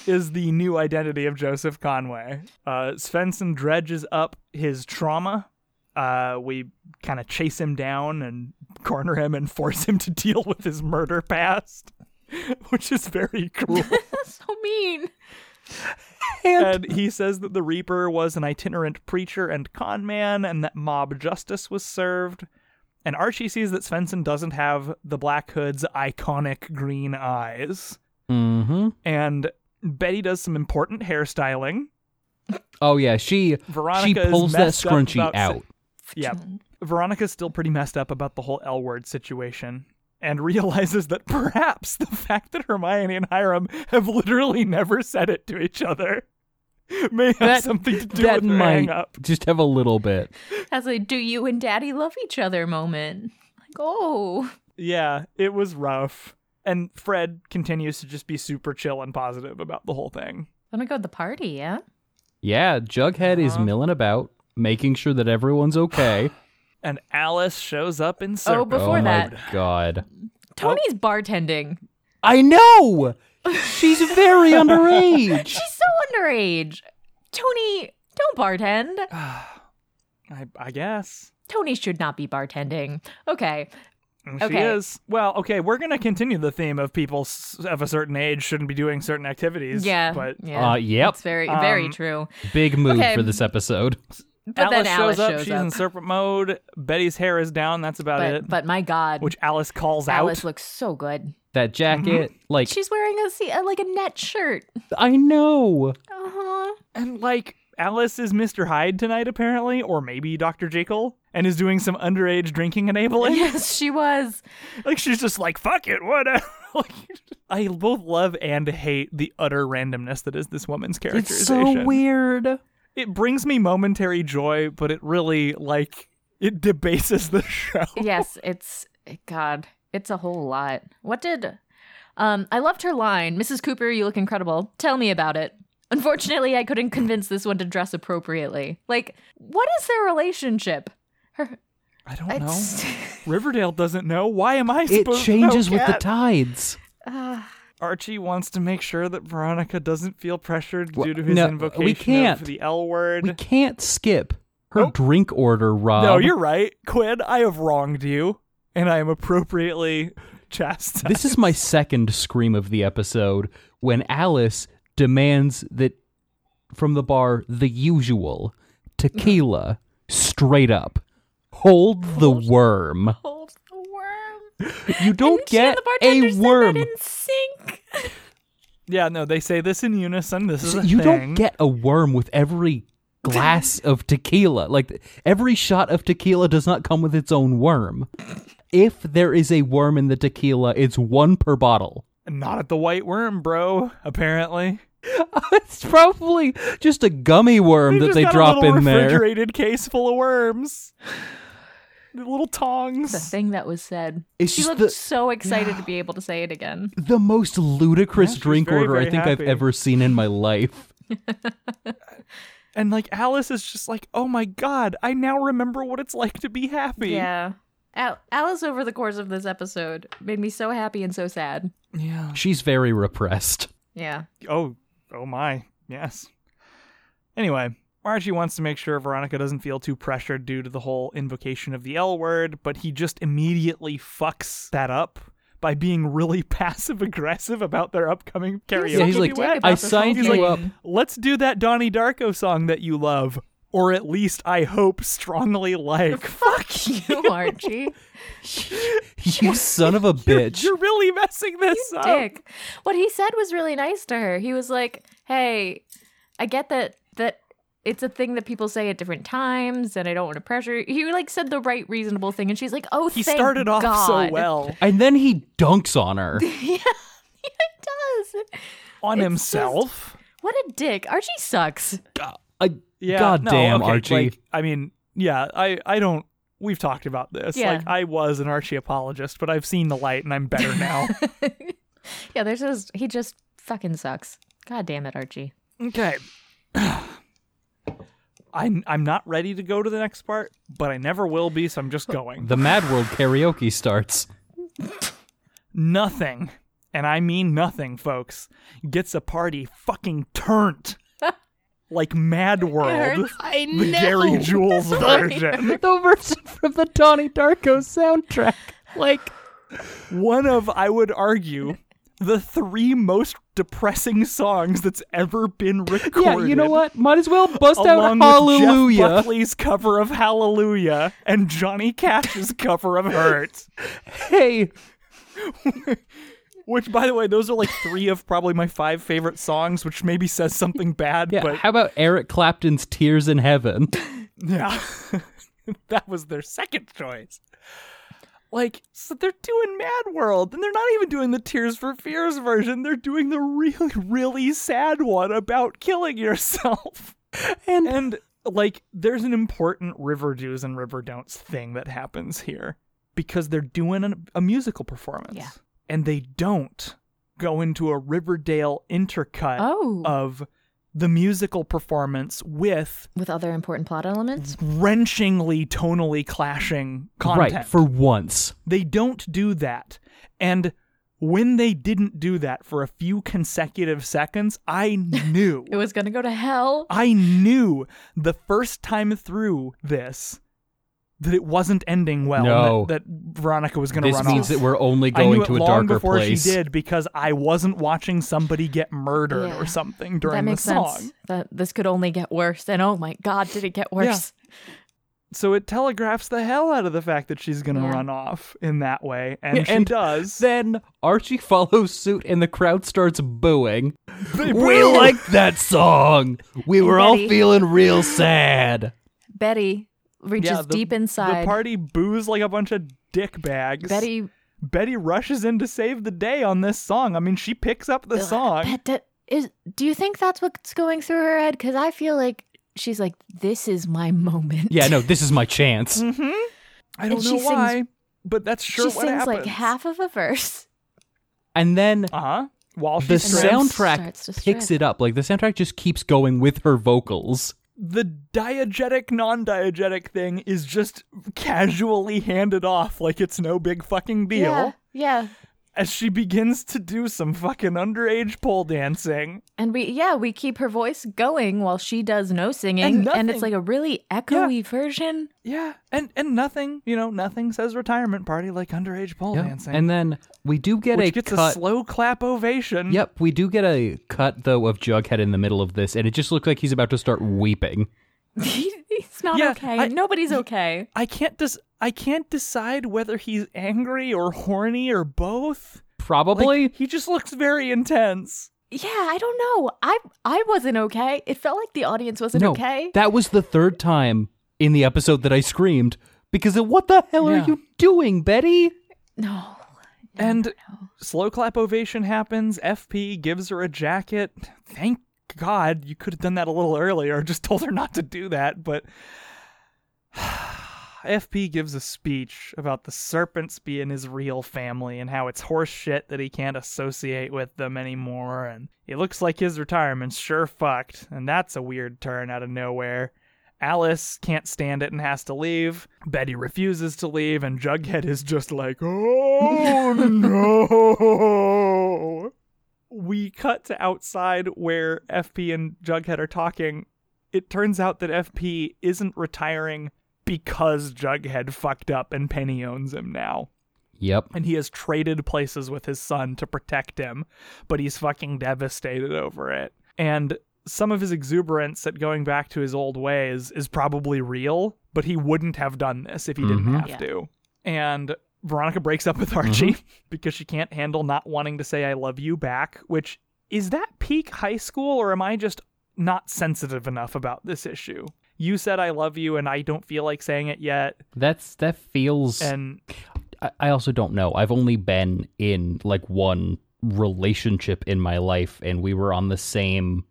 is the new identity of Joseph Conway. Uh, Svensson dredges up his trauma. Uh, we kind of chase him down and corner him and force him to deal with his murder past, (laughs) which is very
(laughs)
cruel.
That's so (laughs) mean.
And he says that the Reaper was an itinerant preacher and con man, and that mob justice was served. And Archie sees that Svensson doesn't have the Black Hood's iconic green eyes.
Mm-hmm.
And Betty does some important hairstyling.
Oh yeah, she
Veronica
she
is
pulls that
messed up
scrunchie
about sa-
out.
Yeah. Veronica's still pretty messed up about the whole L word situation and (laughs) realizes that perhaps the fact that Hermione and Hiram have literally never said it to each other may have
That-
something to do
That
with her hang
might
up.
just have a little bit.
That's a do you and daddy love each other moment. Like, oh.
Yeah, it was rough. And Fred continues to just be super chill and positive about the whole thing.
I'm going to go to the party, yeah?
Yeah, Jughead is
Uh-huh.
milling about, making sure that everyone's okay.
And Alice shows up in
Oh, (laughs)
Serpent.
before
oh
that,
my god.
Tony's bartending.
I know. She's (laughs) very underage.
She's so underage. Tony, don't bartend.
(sighs) I, I guess.
Tony should not be bartending. Okay.
And She
Okay.
is. Well, okay, we're going to continue the theme of people s- of a certain age shouldn't be doing certain activities.
yeah.
But
yeah.
Uh, yep.
It's very, very
Um,
true.
Big move
Okay.
for this episode.
But
Alice,
then Alice
shows up.
shows
she's
up.
in serpent mode. Betty's hair is down. That's about
But,
it.
but my God,
Which Alice calls
Alice
out.
looks so good.
That jacket, like
She's wearing a, se- a like a net shirt.
I know.
Uh-huh.
And like Alice is Mr. Hyde tonight, apparently, or maybe Dr. Jekyll, and is doing some underage drinking
(laughs)
enabling.
Yes, she was.
(laughs) like she's just like, fuck it, whatever. (laughs) like, I both love and hate the utter randomness that is this woman's characterization.
It's so weird.
It brings me momentary joy, but it really like it debases the (laughs) show.
Yes, it's eh, God. It's a whole lot. What did? Um, I loved her line, Mrs. Cooper. You look incredible. Tell me about it. Unfortunately, I couldn't convince this one to dress appropriately. Like, what is their relationship? Her,
I don't
it's,
know. Riverdale doesn't know. Why am I
It
supposed
changes
to know
with the
Kat?
tides.
(laughs) Ah,
Archie wants to make sure that Veronica doesn't feel pressured
Wha-
due to his
no, we
invocation
can't.
of the L word.
We can't skip her
Oh.
drink order, Rob.
No, you're right. Quinn, I have wronged you, and I am appropriately chastised.
This is my second scream of the episode when Alice demands that from the bar the usual tequila straight up. Hold the worm.
hold the worm.
You don't
She and
get
the bartender
a
said
worm.
That in sync.
(laughs) Yeah, no, they say this in unison. This is a
You
thing.
don't get a worm with every glass of tequila. Like every shot of tequila does not come with its own worm. If there is a worm in the tequila, it's one per bottle. (laughs)
not at the White Worm, bro. Apparently,
it's probably just a gummy worm that
just
they
got
drop
a little
in there. (sighs)
refrigerated case full of worms. the little tongs.
the thing that was said.
It's
She
just
looked
the-
so excited (sighs) to be able to say it again.
The most ludicrous
Yeah, she's
drink
very,
order I
very
think I've
happy.
ever seen in my life.
And like Alice is just like, oh my god, I now remember what it's like to be happy.
Yeah. Al- Alice, over the course of this episode, made me so happy and so sad.
Yeah.
She's very repressed. (laughs)
Yeah.
Oh, oh my. Yes. Anyway, Margie wants to make sure Veronica doesn't feel too pressured due to the whole invocation of the L word, but he just immediately fucks that up by being really (laughs) passive aggressive about their upcoming karaoke.
Yeah, he's like,
Dick
duet.
about
I
this whole
signed you
thing.
up.
let's do that Donnie Darko song that you love, or at least I hope
(laughs)
strongly like.
(laughs) Fuck you, Archie.
You son of a
(laughs)
bitch.
You're really messing this up.
Dick. What he said was really nice to her. He was like, "Hey, I get that that it's a thing that people say at different times, and I don't want to pressure." you." He like said the right reasonable thing, and she's like, "Oh,
He
thank
started off so
God."
well
And then he dunks on her.
yeah, (laughs) he does.
on
It's
himself.
What a dick. Archie sucks.
I, God damn, Archie.
Like, I mean, yeah, I, I don't. We've talked about this.
Yeah.
Like, I was an Archie apologist, but I've seen the light and I'm better now.
yeah, there's just he just fucking sucks. God damn it, Archie.
okay. I'm, I'm not ready to go to the next part, but I never will be, so I'm just going.
the Mad World karaoke starts.
(laughs) Nothing, and I mean nothing, folks, gets a party fucking turnt. like Mad World,
I
the Gary Jules version.
the version from the Donnie Darko soundtrack. Like,
one of, I would argue, the three most depressing songs that's ever been recorded.
(laughs) yeah, you know what? Might as well bust out
Along with Jeff
Hallelujah.
Buckley's cover of Hallelujah and Johnny Cash's cover of Hurt.
(laughs) Hey,
Which, by the way, those are like three of probably my five favorite songs, which maybe says something bad,
yeah,
but
how about Eric Clapton's Tears in Heaven?
yeah. (laughs) that was their second choice. Like, so they're doing Mad World, and they're not even doing the Tears for Fears version. They're doing the really, really sad one about killing yourself.
And
And like, there's an important river do's and river don'ts thing that happens here because they're doing an, a musical performance,
Yeah.
and they don't go into a Riverdale intercut
Oh,
of the musical performance with
with other important plot elements.
wrenchingly tonally clashing content.
right, for once.
They don't do that. And when they didn't do that for a few consecutive seconds, I
(laughs)
knew.
Mm-hmm. It was gonna go to hell.
I knew the first time through this that it wasn't ending well. and
No.
that, that Veronica was going to
This
run
means
off.
that we're only
I knew
going
it
to a
long
darker
before
place.
she did because I wasn't watching somebody get murdered
Yeah.
or something during
that makes
the song.
sense. That this could only get worse, and oh my god, did it get worse?
So it telegraphs the hell out of the fact that she's going to
Yeah.
run off in that way, and
Yeah,
she
(laughs)
and
does.
Then Archie follows suit and the crowd starts booing.
They
We
boo!
like that song. We were all
Betty.
feeling real sad.
Betty reaches
Yeah, the-
deep
The
inside.
party boos like a bunch of dick bags.
Betty,
Betty rushes in to save the day on this song. I mean, she picks up the
Ugh,
song.
Bet- that- is- do you think that's what's going through her head? Because I feel like she's like, this is my moment. (laughs)
Yeah, no, this is my chance.
Mm-hmm. I don't
And
know
she sings-
why, but that's sure
she
what
sings
happens.
like half of a verse.
And then
Uh huh. While she
the
And then
strips,
sound-
soundtrack
starts to
picks
strip.
it up. Like the soundtrack just keeps going with her vocals.
the diegetic, non-diegetic thing is just casually handed off like it's no big fucking deal
Yeah, yeah.
as she begins to do some fucking underage pole dancing.
And we, yeah, we keep her voice going while she does no
And
singing, and,
nothing.
it's like a really echoey version. (laughs)
Yeah, and and nothing, you know, nothing says retirement party like underage pole
Yeah.
dancing.
And then we do get
which
a
gets
cut.
a slow clap ovation.
yep, we do get a cut though of Jughead in the middle of this, and it just looks like he's about to start weeping.
He's not
Yeah,
okay.
I-
Nobody's okay.
I can't dis- I can't decide whether he's angry or horny or both. Like,
Probably.
he just looks very intense.
Yeah, I don't know. I I wasn't okay. It felt like the audience wasn't
no,
okay.
that was the third time in the episode that I screamed because of what the hell
Yeah.
are you doing, Betty?
no.
And slow clap ovation happens. FP gives her a jacket. Thank God (laughs) (sighs) you could have done that a little earlier. Just told her not to do that, but FP gives a speech about the serpents being his real family and how it's horse shit that he can't associate with them anymore. And it looks like his retirement's sure fucked. And that's a weird turn out of nowhere. Alice can't stand it and has to leave. Betty refuses to leave, and Jughead is just like, oh no. We cut to outside where FP and Jughead are talking. It turns out that FP isn't retiring because Jughead fucked up and Penny owns him now.
Yep.
And he has traded places with his son to protect him, but he's fucking devastated over it. And some of his exuberance at going back to his old ways is probably real, but he wouldn't have done this if he didn't
Mhm.
have
Yeah.
to. And Veronica breaks up with
Mm-hmm.
Archie (laughs) because she can't handle not wanting to say I love you back, which is that peak high school or am I just not sensitive enough about this issue? You said I love you and I don't feel like saying it yet
That's that feels
and
I, I also don't know. I've only been in like one relationship in my life, and we were on the same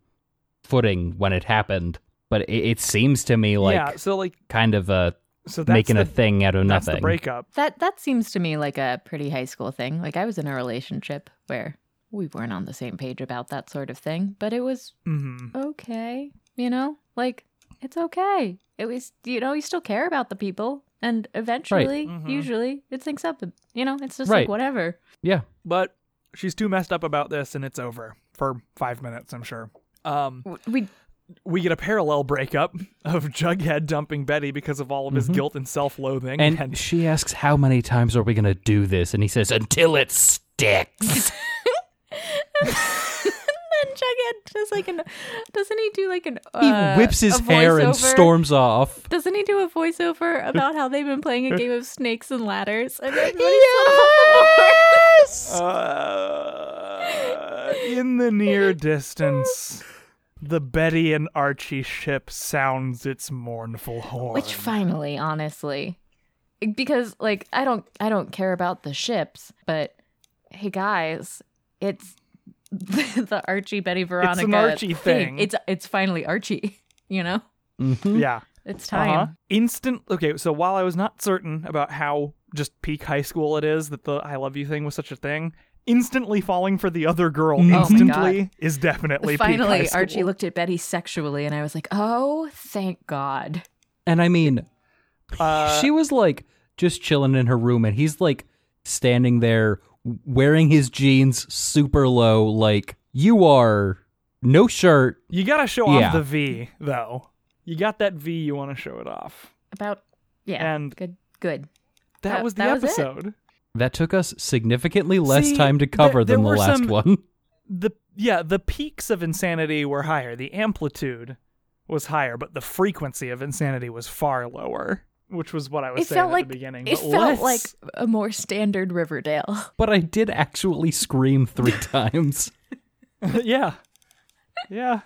footing when it happened. But it, it seems to me like
yeah, so like
kind of a
so that's
making
the,
a thing out of
that's
nothing.
the breakup.
That that seems to me like a pretty high school thing. Like I was in a relationship where we weren't on the same page about that sort of thing, but it was
hmm
okay, you know? Like it's okay. It was you know, you still care about the people and eventually,
Mhm.
usually it syncs up, you know? It's just
Mm-hmm. Right.
like whatever.
Yeah.
But she's too messed up about this, and it's over for five minutes, I'm sure. Um,
W- We
we get a parallel breakup of Jughead dumping Betty because of all of his guilt and self-loathing,
And, (laughs) she asks, "How many times are we gonna do this?" And he says, "Until
(laughs)
it sticks."
and (laughs) then Jughead does like an doesn't he do like an
he
uh,
whips his
a
hair and
voiceover?
storms off.
Doesn't he do a voiceover about how they've been playing
(laughs)
a game of snakes and ladders? And everybody's yes!
(laughs) Uh, in the near distance, the Betty and Archie ship sounds its mournful horn.
Which finally, honestly, because like I don't I don't care about the ships, but hey guys, it's (laughs) the Archie Betty Veronica.
Archie thing.
It's it's finally Archie. (laughs) You know,
Mhm.
yeah.
it's time.
Uh-huh. Instant. Okay, so while I was not certain about how just peak high school it is that the "I love you" thing was such a thing, instantly falling for the other girl
Mhm. Oh my God.
instantly is definitely peak high
Finally,
school.
Archie looked at Betty sexually, and I was like, "Oh, thank God!"
And I mean,
Uh,
she was like just chilling in her room and he's like standing there wearing his jeans super low like you are no shirt
you gotta show
Yeah.
off the V though. You got that V. You want to show it off.
About yeah,
And-
good, good.
That,
That-
was the
that was it.
episode.
that took us significantly less
See,
time to
there-
cover
there
than the
were
last
some-
one (laughs)
the yeah the peaks of insanity were higher the amplitude was higher but the frequency of insanity was far lower which was what i was
It
saying
felt
at
like
the beginning
it
but
felt
less-
like a more standard Riverdale. (laughs)
but i did actually
(laughs)
scream three times (laughs)
yeah yeah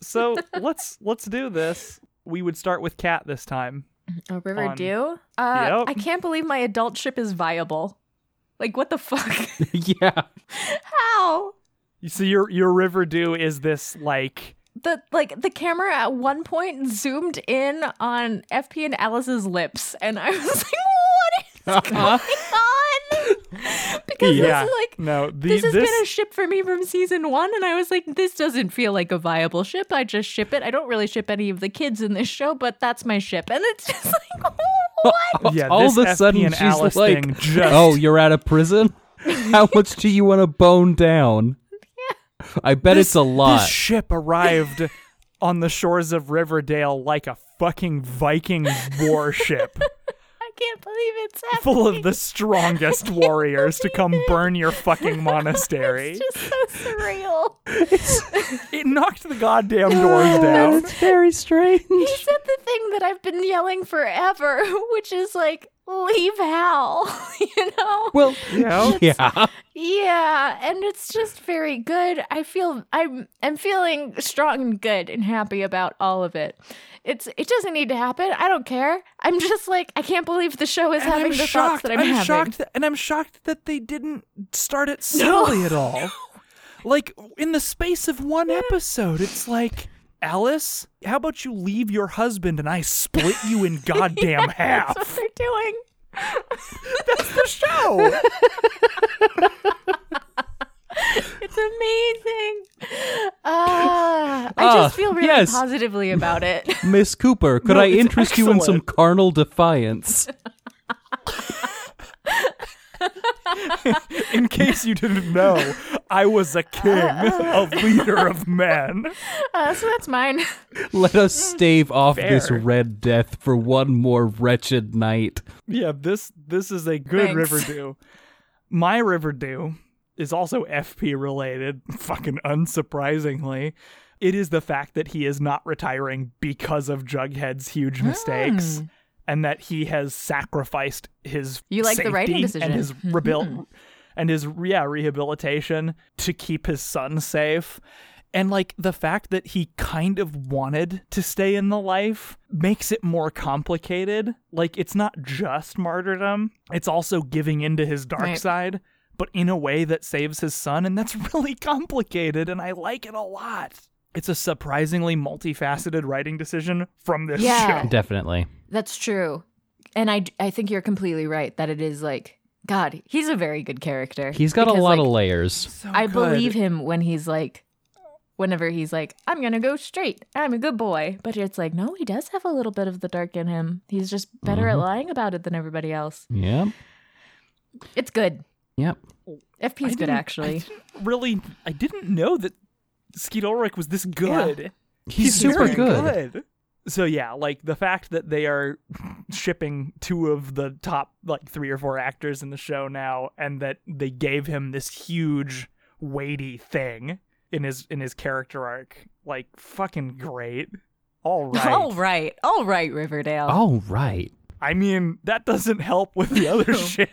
so let's let's do this we would start with cat this time
Oh,
on-
Riverdale? Uh,
Yep.
I can't believe my adult ship is viable. Like, what the fuck? (laughs)
yeah
How?
You see, your your river dew is this like
The like the camera at one point zoomed in on FP and Alice's lips, and I was (laughs) like, "What
(laughs)
is going on?" Because
yeah
this is like
no the,
this has been a ship for me from season one, and I was like, "This doesn't feel like a viable ship." I just ship it. I don't really ship any of the kids in this show, but that's my ship, and it's (laughs) just like, "What?"
(laughs) yeah,
all
this
of a
FP
sudden
and
she's
Alice
like
thing just
oh you're out
(laughs)
of prison how much do you want to bone down i bet
This-
it's a lot
This ship arrived (laughs) on the shores of Riverdale like a fucking Viking
(laughs)
warship
I can't believe it's happening.
full of the strongest warriors
(laughs)
to come burn your fucking monastery.
It's just so surreal.
It knocked the
(laughs)
goddamn doors down.
it's very strange
He said the thing that I've been yelling forever, (laughs) which is like, leave Hal, (laughs) you know?
well
Yeah.
(laughs) yeah
Yeah, and it's just very good. I feel I'm I'm feeling strong and good and happy about all of it. It's it doesn't need to happen. I don't care. I'm just like I can't believe the show is
And
having
I'm
the
shocked.
thoughts that I'm, having.
shocked, that, and I'm shocked that they didn't
(laughs)
start it slowly at all. Like in the space of one episode, it's like Alice, how about you leave your husband and I split you
(laughs)
in goddamn half?
That's (laughs) what they're doing.
That's the show.
It's amazing. Ah, I just
Ah,
feel really
yes.
positively about it. (laughs)
Miss Cooper, could
No,
I
it's
interest you in some
excellent. (laughs)
carnal defiance?
In case you didn't know, I was a king, a leader of men.
Uh, so that's mine. (laughs)
Let us stave off this
Fair.
red death for one more wretched night.
Yeah, this this is a good
Thanks.
Riverdew. My Riverdew is also FP related, (laughs) fucking unsurprisingly. It is the fact that he is not retiring because of Jughead's huge
Ah.
mistakes and that he has sacrificed his
You like the writing
safety
decision. Hmm.
and his rebuild and his yeah, rehabilitation to keep his son safe. And like the fact that he kind of wanted to stay in the life makes it more complicated. Like it's not just martyrdom, it's also giving into his dark
Right.
side, but in a way that saves his son. And that's (laughs) really complicated. And I like it a lot. It's a surprisingly multifaceted writing decision from this
Yeah.
show.
Definitely.
That's true. And I, I think you're completely right that it is like, God, he's a very good character.
He's got a
Because,
lot
like,
of layers.
So
I
Oh, good.
believe him when he's like, whenever he's like, I'm going to go straight. I'm a good boy. But it's like, no, he does have a little bit of the dark in him. He's just better at
Mhm.
lying about it than everybody else.
Yep.
It's good.
Yep.
I
FP's good,
didn't- I
actually.
didn't really, I didn't know that Skeet Ulrich was this good.
He's, super
very
good.
good. So yeah, like the fact that they are shipping two of the top like three or four actors in the show now, and that they gave him this huge, weighty thing in his in his character arc, like fucking great. (laughs) All
(laughs)
right.
All right. All right, Riverdale.
All right.
I mean, that doesn't help with the (laughs) other shit.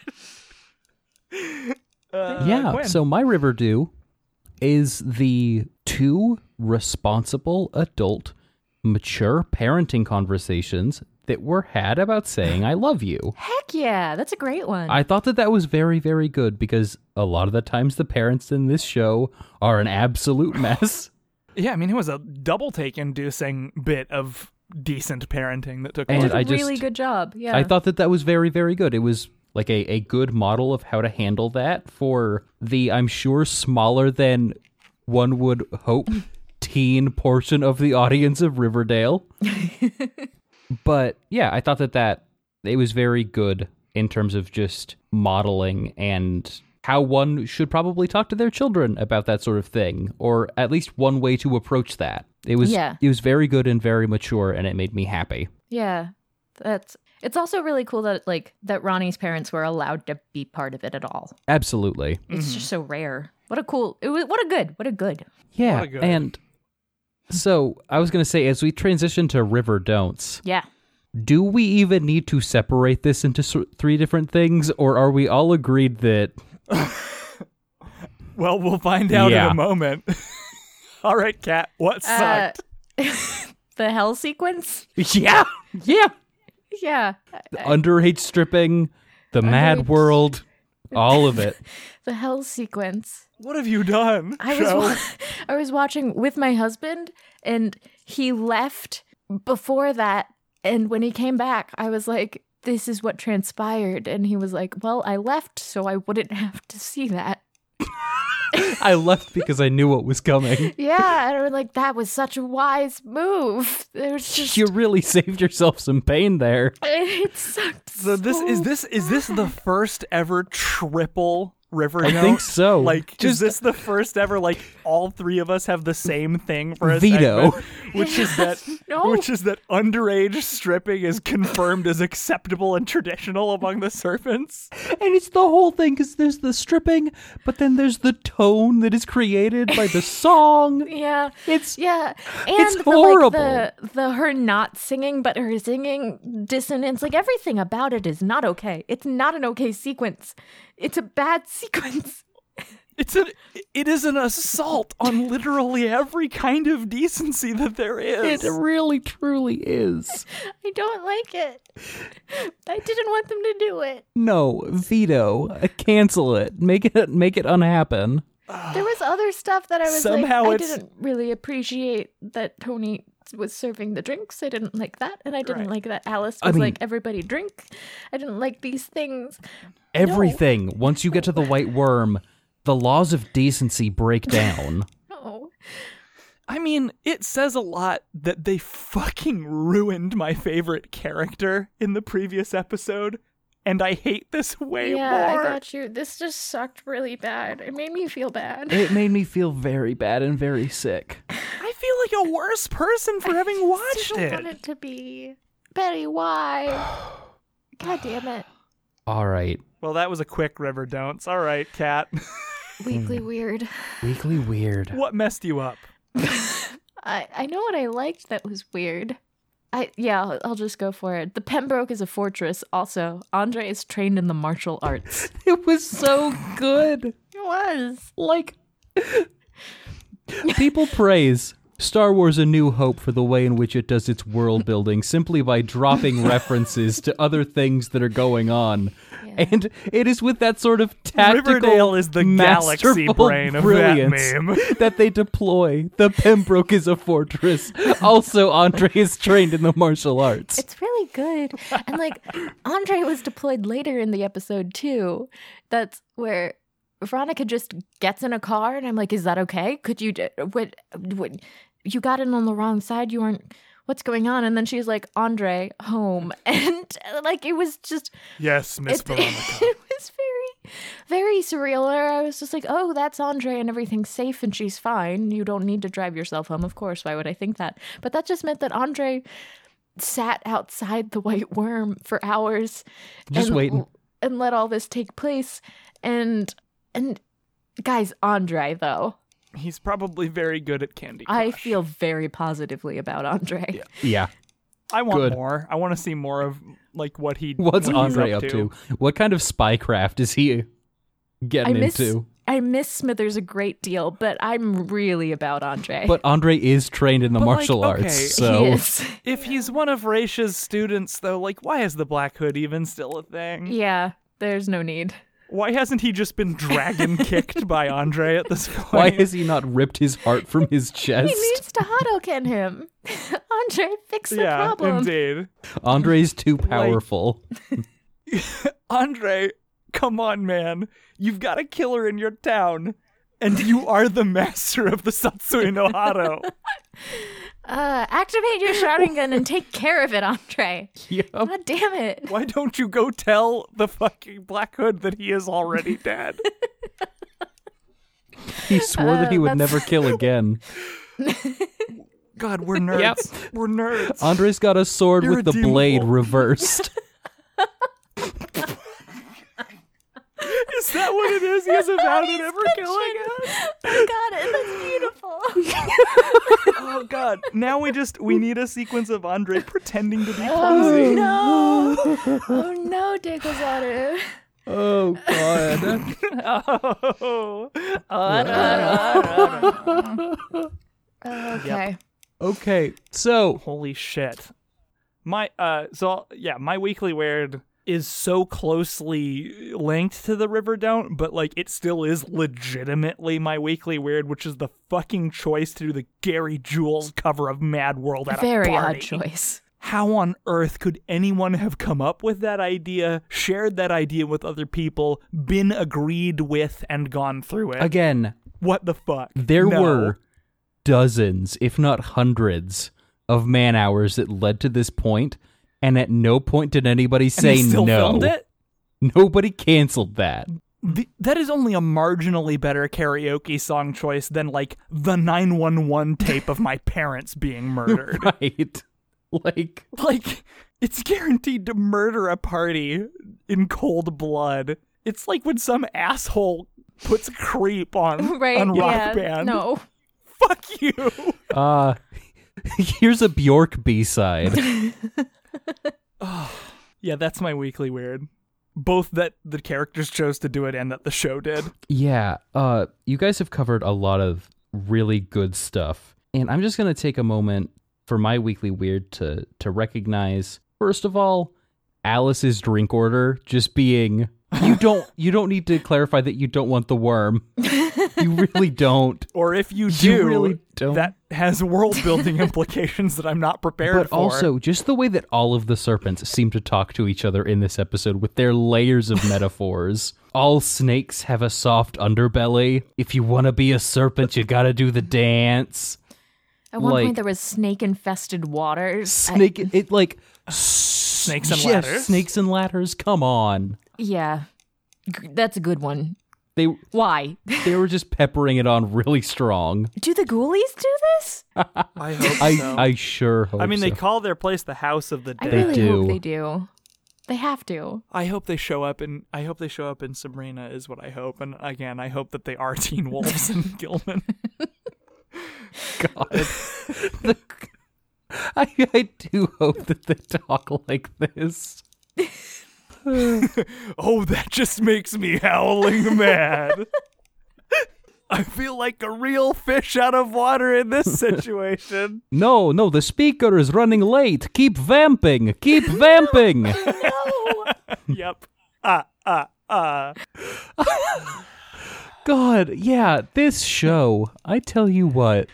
Uh,
yeah.
Gwen.
So my river Riverdew is the two responsible adult mature parenting conversations that were had about saying I love you.
Heck yeah. That's a great one.
I thought that that was very very good because a lot of the times the parents in this show are an absolute mess.
yeah, I mean, it was a double take inducing bit of decent parenting that took
And
place.
did a
I just-
really good job. Yeah.
I thought that that was very, very good. It was like a, a good model of how to handle that for the, I'm sure, smaller than one would
(laughs)
hope teen portion of the audience
(laughs)
of Riverdale. but yeah, I thought that that it was very good in terms of just modeling and how one should probably talk to their children about that sort of thing or at least one way to approach that. It was
Yeah.
it was very good and very mature and it made me happy.
Yeah. That's it's also really cool that like that Ronnie's parents were allowed to be part of it at all.
Absolutely.
It's just so rare. What a cool it was what a good. What a good.
Yeah,
Lot of good.
and so I was gonna say, as we transition to river don'ts,
Yeah.
do we even need to separate this into s- three different things, or are we all agreed that?
Well, we'll find out in
Yeah.
a moment. (laughs) All right, Kat, what
Uh,
sucked?
(laughs) the hell sequence?
(laughs) Yeah, yeah.
Yeah.
Underage stripping, the
Underage-
mad world, all of it.
The hell sequence.
what have you done?
I was
show?
wa- (laughs) I was watching with my husband and he left before that and when he came back I was like this is what transpired and he was like well I left so I wouldn't (laughs) have to see that.
(laughs) I left because I knew what was coming.
Yeah, and I was like, that was such a wise move. It was just,
(laughs) You really saved yourself some pain there.
(laughs) it sucked.
so this is this is this the first ever triple river?
I
note?
think so.
Like,
Just-
is this the first ever? Like, all three of us have the same thing for a
Veto.
segment, which is that
(laughs) No.
which is that underage stripping is confirmed as acceptable and traditional among the serpents.
And it's the whole thing because there's the stripping, but then there's the tone that is created by the song.
Yeah,
(laughs) It's
yeah, and
It's
the,
horrible.
Like, the the her not singing, but her singing dissonance, like everything about it is not okay. It's not an okay sequence. It's a bad (laughs) sequence.
It's an it is an assault on literally every kind of decency that there is.
It really, truly is.
I don't like it. I didn't want them to do it.
No, veto. Uh, Cancel it. Make it make it unhappen.
Ugh.
There was other stuff that I was
Somehow
like, I
it's-
didn't really appreciate that Tony was serving the drinks. I didn't like that, and I didn't
Right.
like that Alice
I
was
mean-
like everybody drink. I didn't like these things.
Everything. Once you get to the white worm, the laws of decency break down.
No,
I mean, it says a lot that they fucking ruined my favorite character in the previous episode, and I hate this way
yeah,
more.
I got you. This just sucked really bad. It made me feel bad.
it made me feel very bad and very sick.
I feel like a worse person for having
(laughs)
watched
I don't want
it.
it to be Betty. Why?
(sighs)
God damn it!
All right.
Well, that was a quick river don'ts. All right, Kat. (laughs)
Weekly
Hmm.
weird.
Weekly weird.
what messed you up?
I I know what I liked that was weird. I yeah, I'll, I'll just go for it. The Pembroke is a fortress. Also, Andre is trained in the martial arts.
It was so good.
it was.
Like people praise Star Wars A New Hope for the way in which it does its world building simply
(laughs)
by dropping references to other things that are going on. And it is with that sort of tactical
Riverdale is the galaxy
masterful
brain of
brilliance
that (laughs) meme.
that they deploy. The Pembroke is a fortress. Also, Andre is trained in the martial arts.
It's really good. And like Andre was deployed later in the episode too. That's where Veronica just gets in a car and I'm like, is that okay? Could you d- what what you got in on the wrong side? You weren't what's going on? And then she's like, Andre, home. (laughs) And like it was just
Yes, Miss
it, (laughs) it was very, very surreal. Where I was just like, oh, that's Andre and everything's safe and she's fine. You don't need to drive yourself home. Of course, why would I think that? But that just meant that Andre sat outside the white worm for hours.
Just
and,
waiting.
And let all this take place. And, and, guys, Andre,
Oh
though,
He's probably very good at Candy Crush.
I feel very positively about Andre.
Yeah.
I want
good.
more. I want to see more of like what he.
What's
what he's
Andre up to? What kind of spycraft is he getting
I miss-
into?
I miss Smithers a great deal, but I'm really about Andre.
(laughs) But Andre is trained in the
But, like,
martial arts,
okay,
so
he is. (laughs)
If he's one of Raisha's students, though, like why is the Black Hood even still a thing?
Yeah, there's no need.
Why hasn't he just been dragon kicked by Andre at this point?
(laughs) why has he not ripped his heart from (laughs) his
He
chest?
needs to Hadoken him. (laughs) Andre, fix the
yeah,
problem.
indeed.
Andre's too powerful.
Andre, come on, man. You've got a killer in your town, and you are the master of the Satsui no Hado.
Uh, activate your shouting gun and take care of it, Andre.
Yup.
God damn it. (laughs)
Why don't you go tell the fucking Black Hood that he is already dead?
(laughs) He swore that he would never kill (laughs) again.
God, we're nerds.
Yep. Uh,
We're nerds.
Andre's got a sword with the blade
Irredeemable.
reversed.
is that what it is? He's about it ever killing
picturing-
us?
I got it.
(laughs)
That's beautiful.
Oh God! Now we just we need a sequence of Andre pretending to
(laughs)
be clumsy.
oh,
(laughs)
no. Oh, no, Dekozaru.
(laughs) Oh god.
Oh,
Okay.
okay. So,
holy shit! My uh, so yeah, my weekly weird is so closely linked to the river don't but like it still is legitimately my weekly weird which is the fucking choice to do the gary jules cover of mad world at a
Very
party.
odd choice. (laughs)
how on earth could anyone have come up with that idea, shared that idea with other people, been agreed with, and gone through it?
again,
what the fuck?
there
No.
were dozens, if not hundreds, of man hours that led to this point, and at no point did anybody
And they
say
still
no.
filmed it?
Nobody canceled that. (laughs)
The- that is only a marginally better karaoke song choice than like the 911 tape of my parents being murdered.
Right. Like
(laughs) Like, it's guaranteed to murder a party in cold blood. It's like when some asshole puts creep
(laughs)
on
Right?
on rock
yeah.
band.
No.
(laughs) Fuck you.
uh (laughs) here's a Bjork B side.
Yeah, that's my weekly weird. Both that the characters chose to do it and that the show did.
Yeah, uh, you guys have covered a lot of really good stuff, and I'm just gonna take a moment for my weekly weird to to recognize first of all Alice's drink order just being you don't you don't need to clarify that you don't want the worm. you really don't.
Or if you do,
You really don't.
that has world
(laughs)
building implications that I'm not prepared
But
for.
also, just the way that all of the serpents seem to talk to each other in this episode with their layers of (laughs) metaphors. All snakes have a soft underbelly. If you want to be a serpent, you got to do the dance.
At one
Like-
point, there was snake infested waters. I-
Snake, it like. Snakes
and ladders.
Snakes and ladders. Come on.
yeah, G- that's a good one.
They
(laughs)
Why
they were just peppering it on really strong.
do the ghoulies do this?
I hope
I
so.
I sure hope.
I mean, they
so.
call their place the House of the
I
Dead.
really
do.
hope they do. They have to.
I hope they show up in. I hope they show up in Sabrina is what I hope. And again, I hope that they are Teen Wolves
(laughs)
and Gilman.
The- (laughs) I, I do hope that they talk like this.
Oh, that just makes me howling mad. (laughs) I feel like a real fish out of water in
(laughs)
this situation.
No, no, the speaker is running late. Keep vamping.
(laughs)
Keep vamping.
yep. Ah, ah, ah.
God, yeah, this show. I tell you what.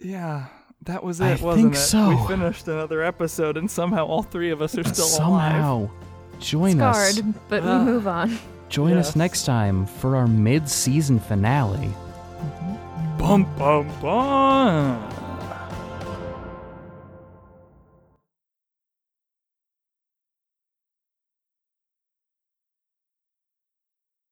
Yeah, that was it,
I
wasn't
think
it?
so.
We finished another episode, and somehow all three of us are still alive.
somehow join us. Ah.
Scarred, but we move on.
Join
Yes.
us next time for our mid-season finale.
Bum, bum, bum.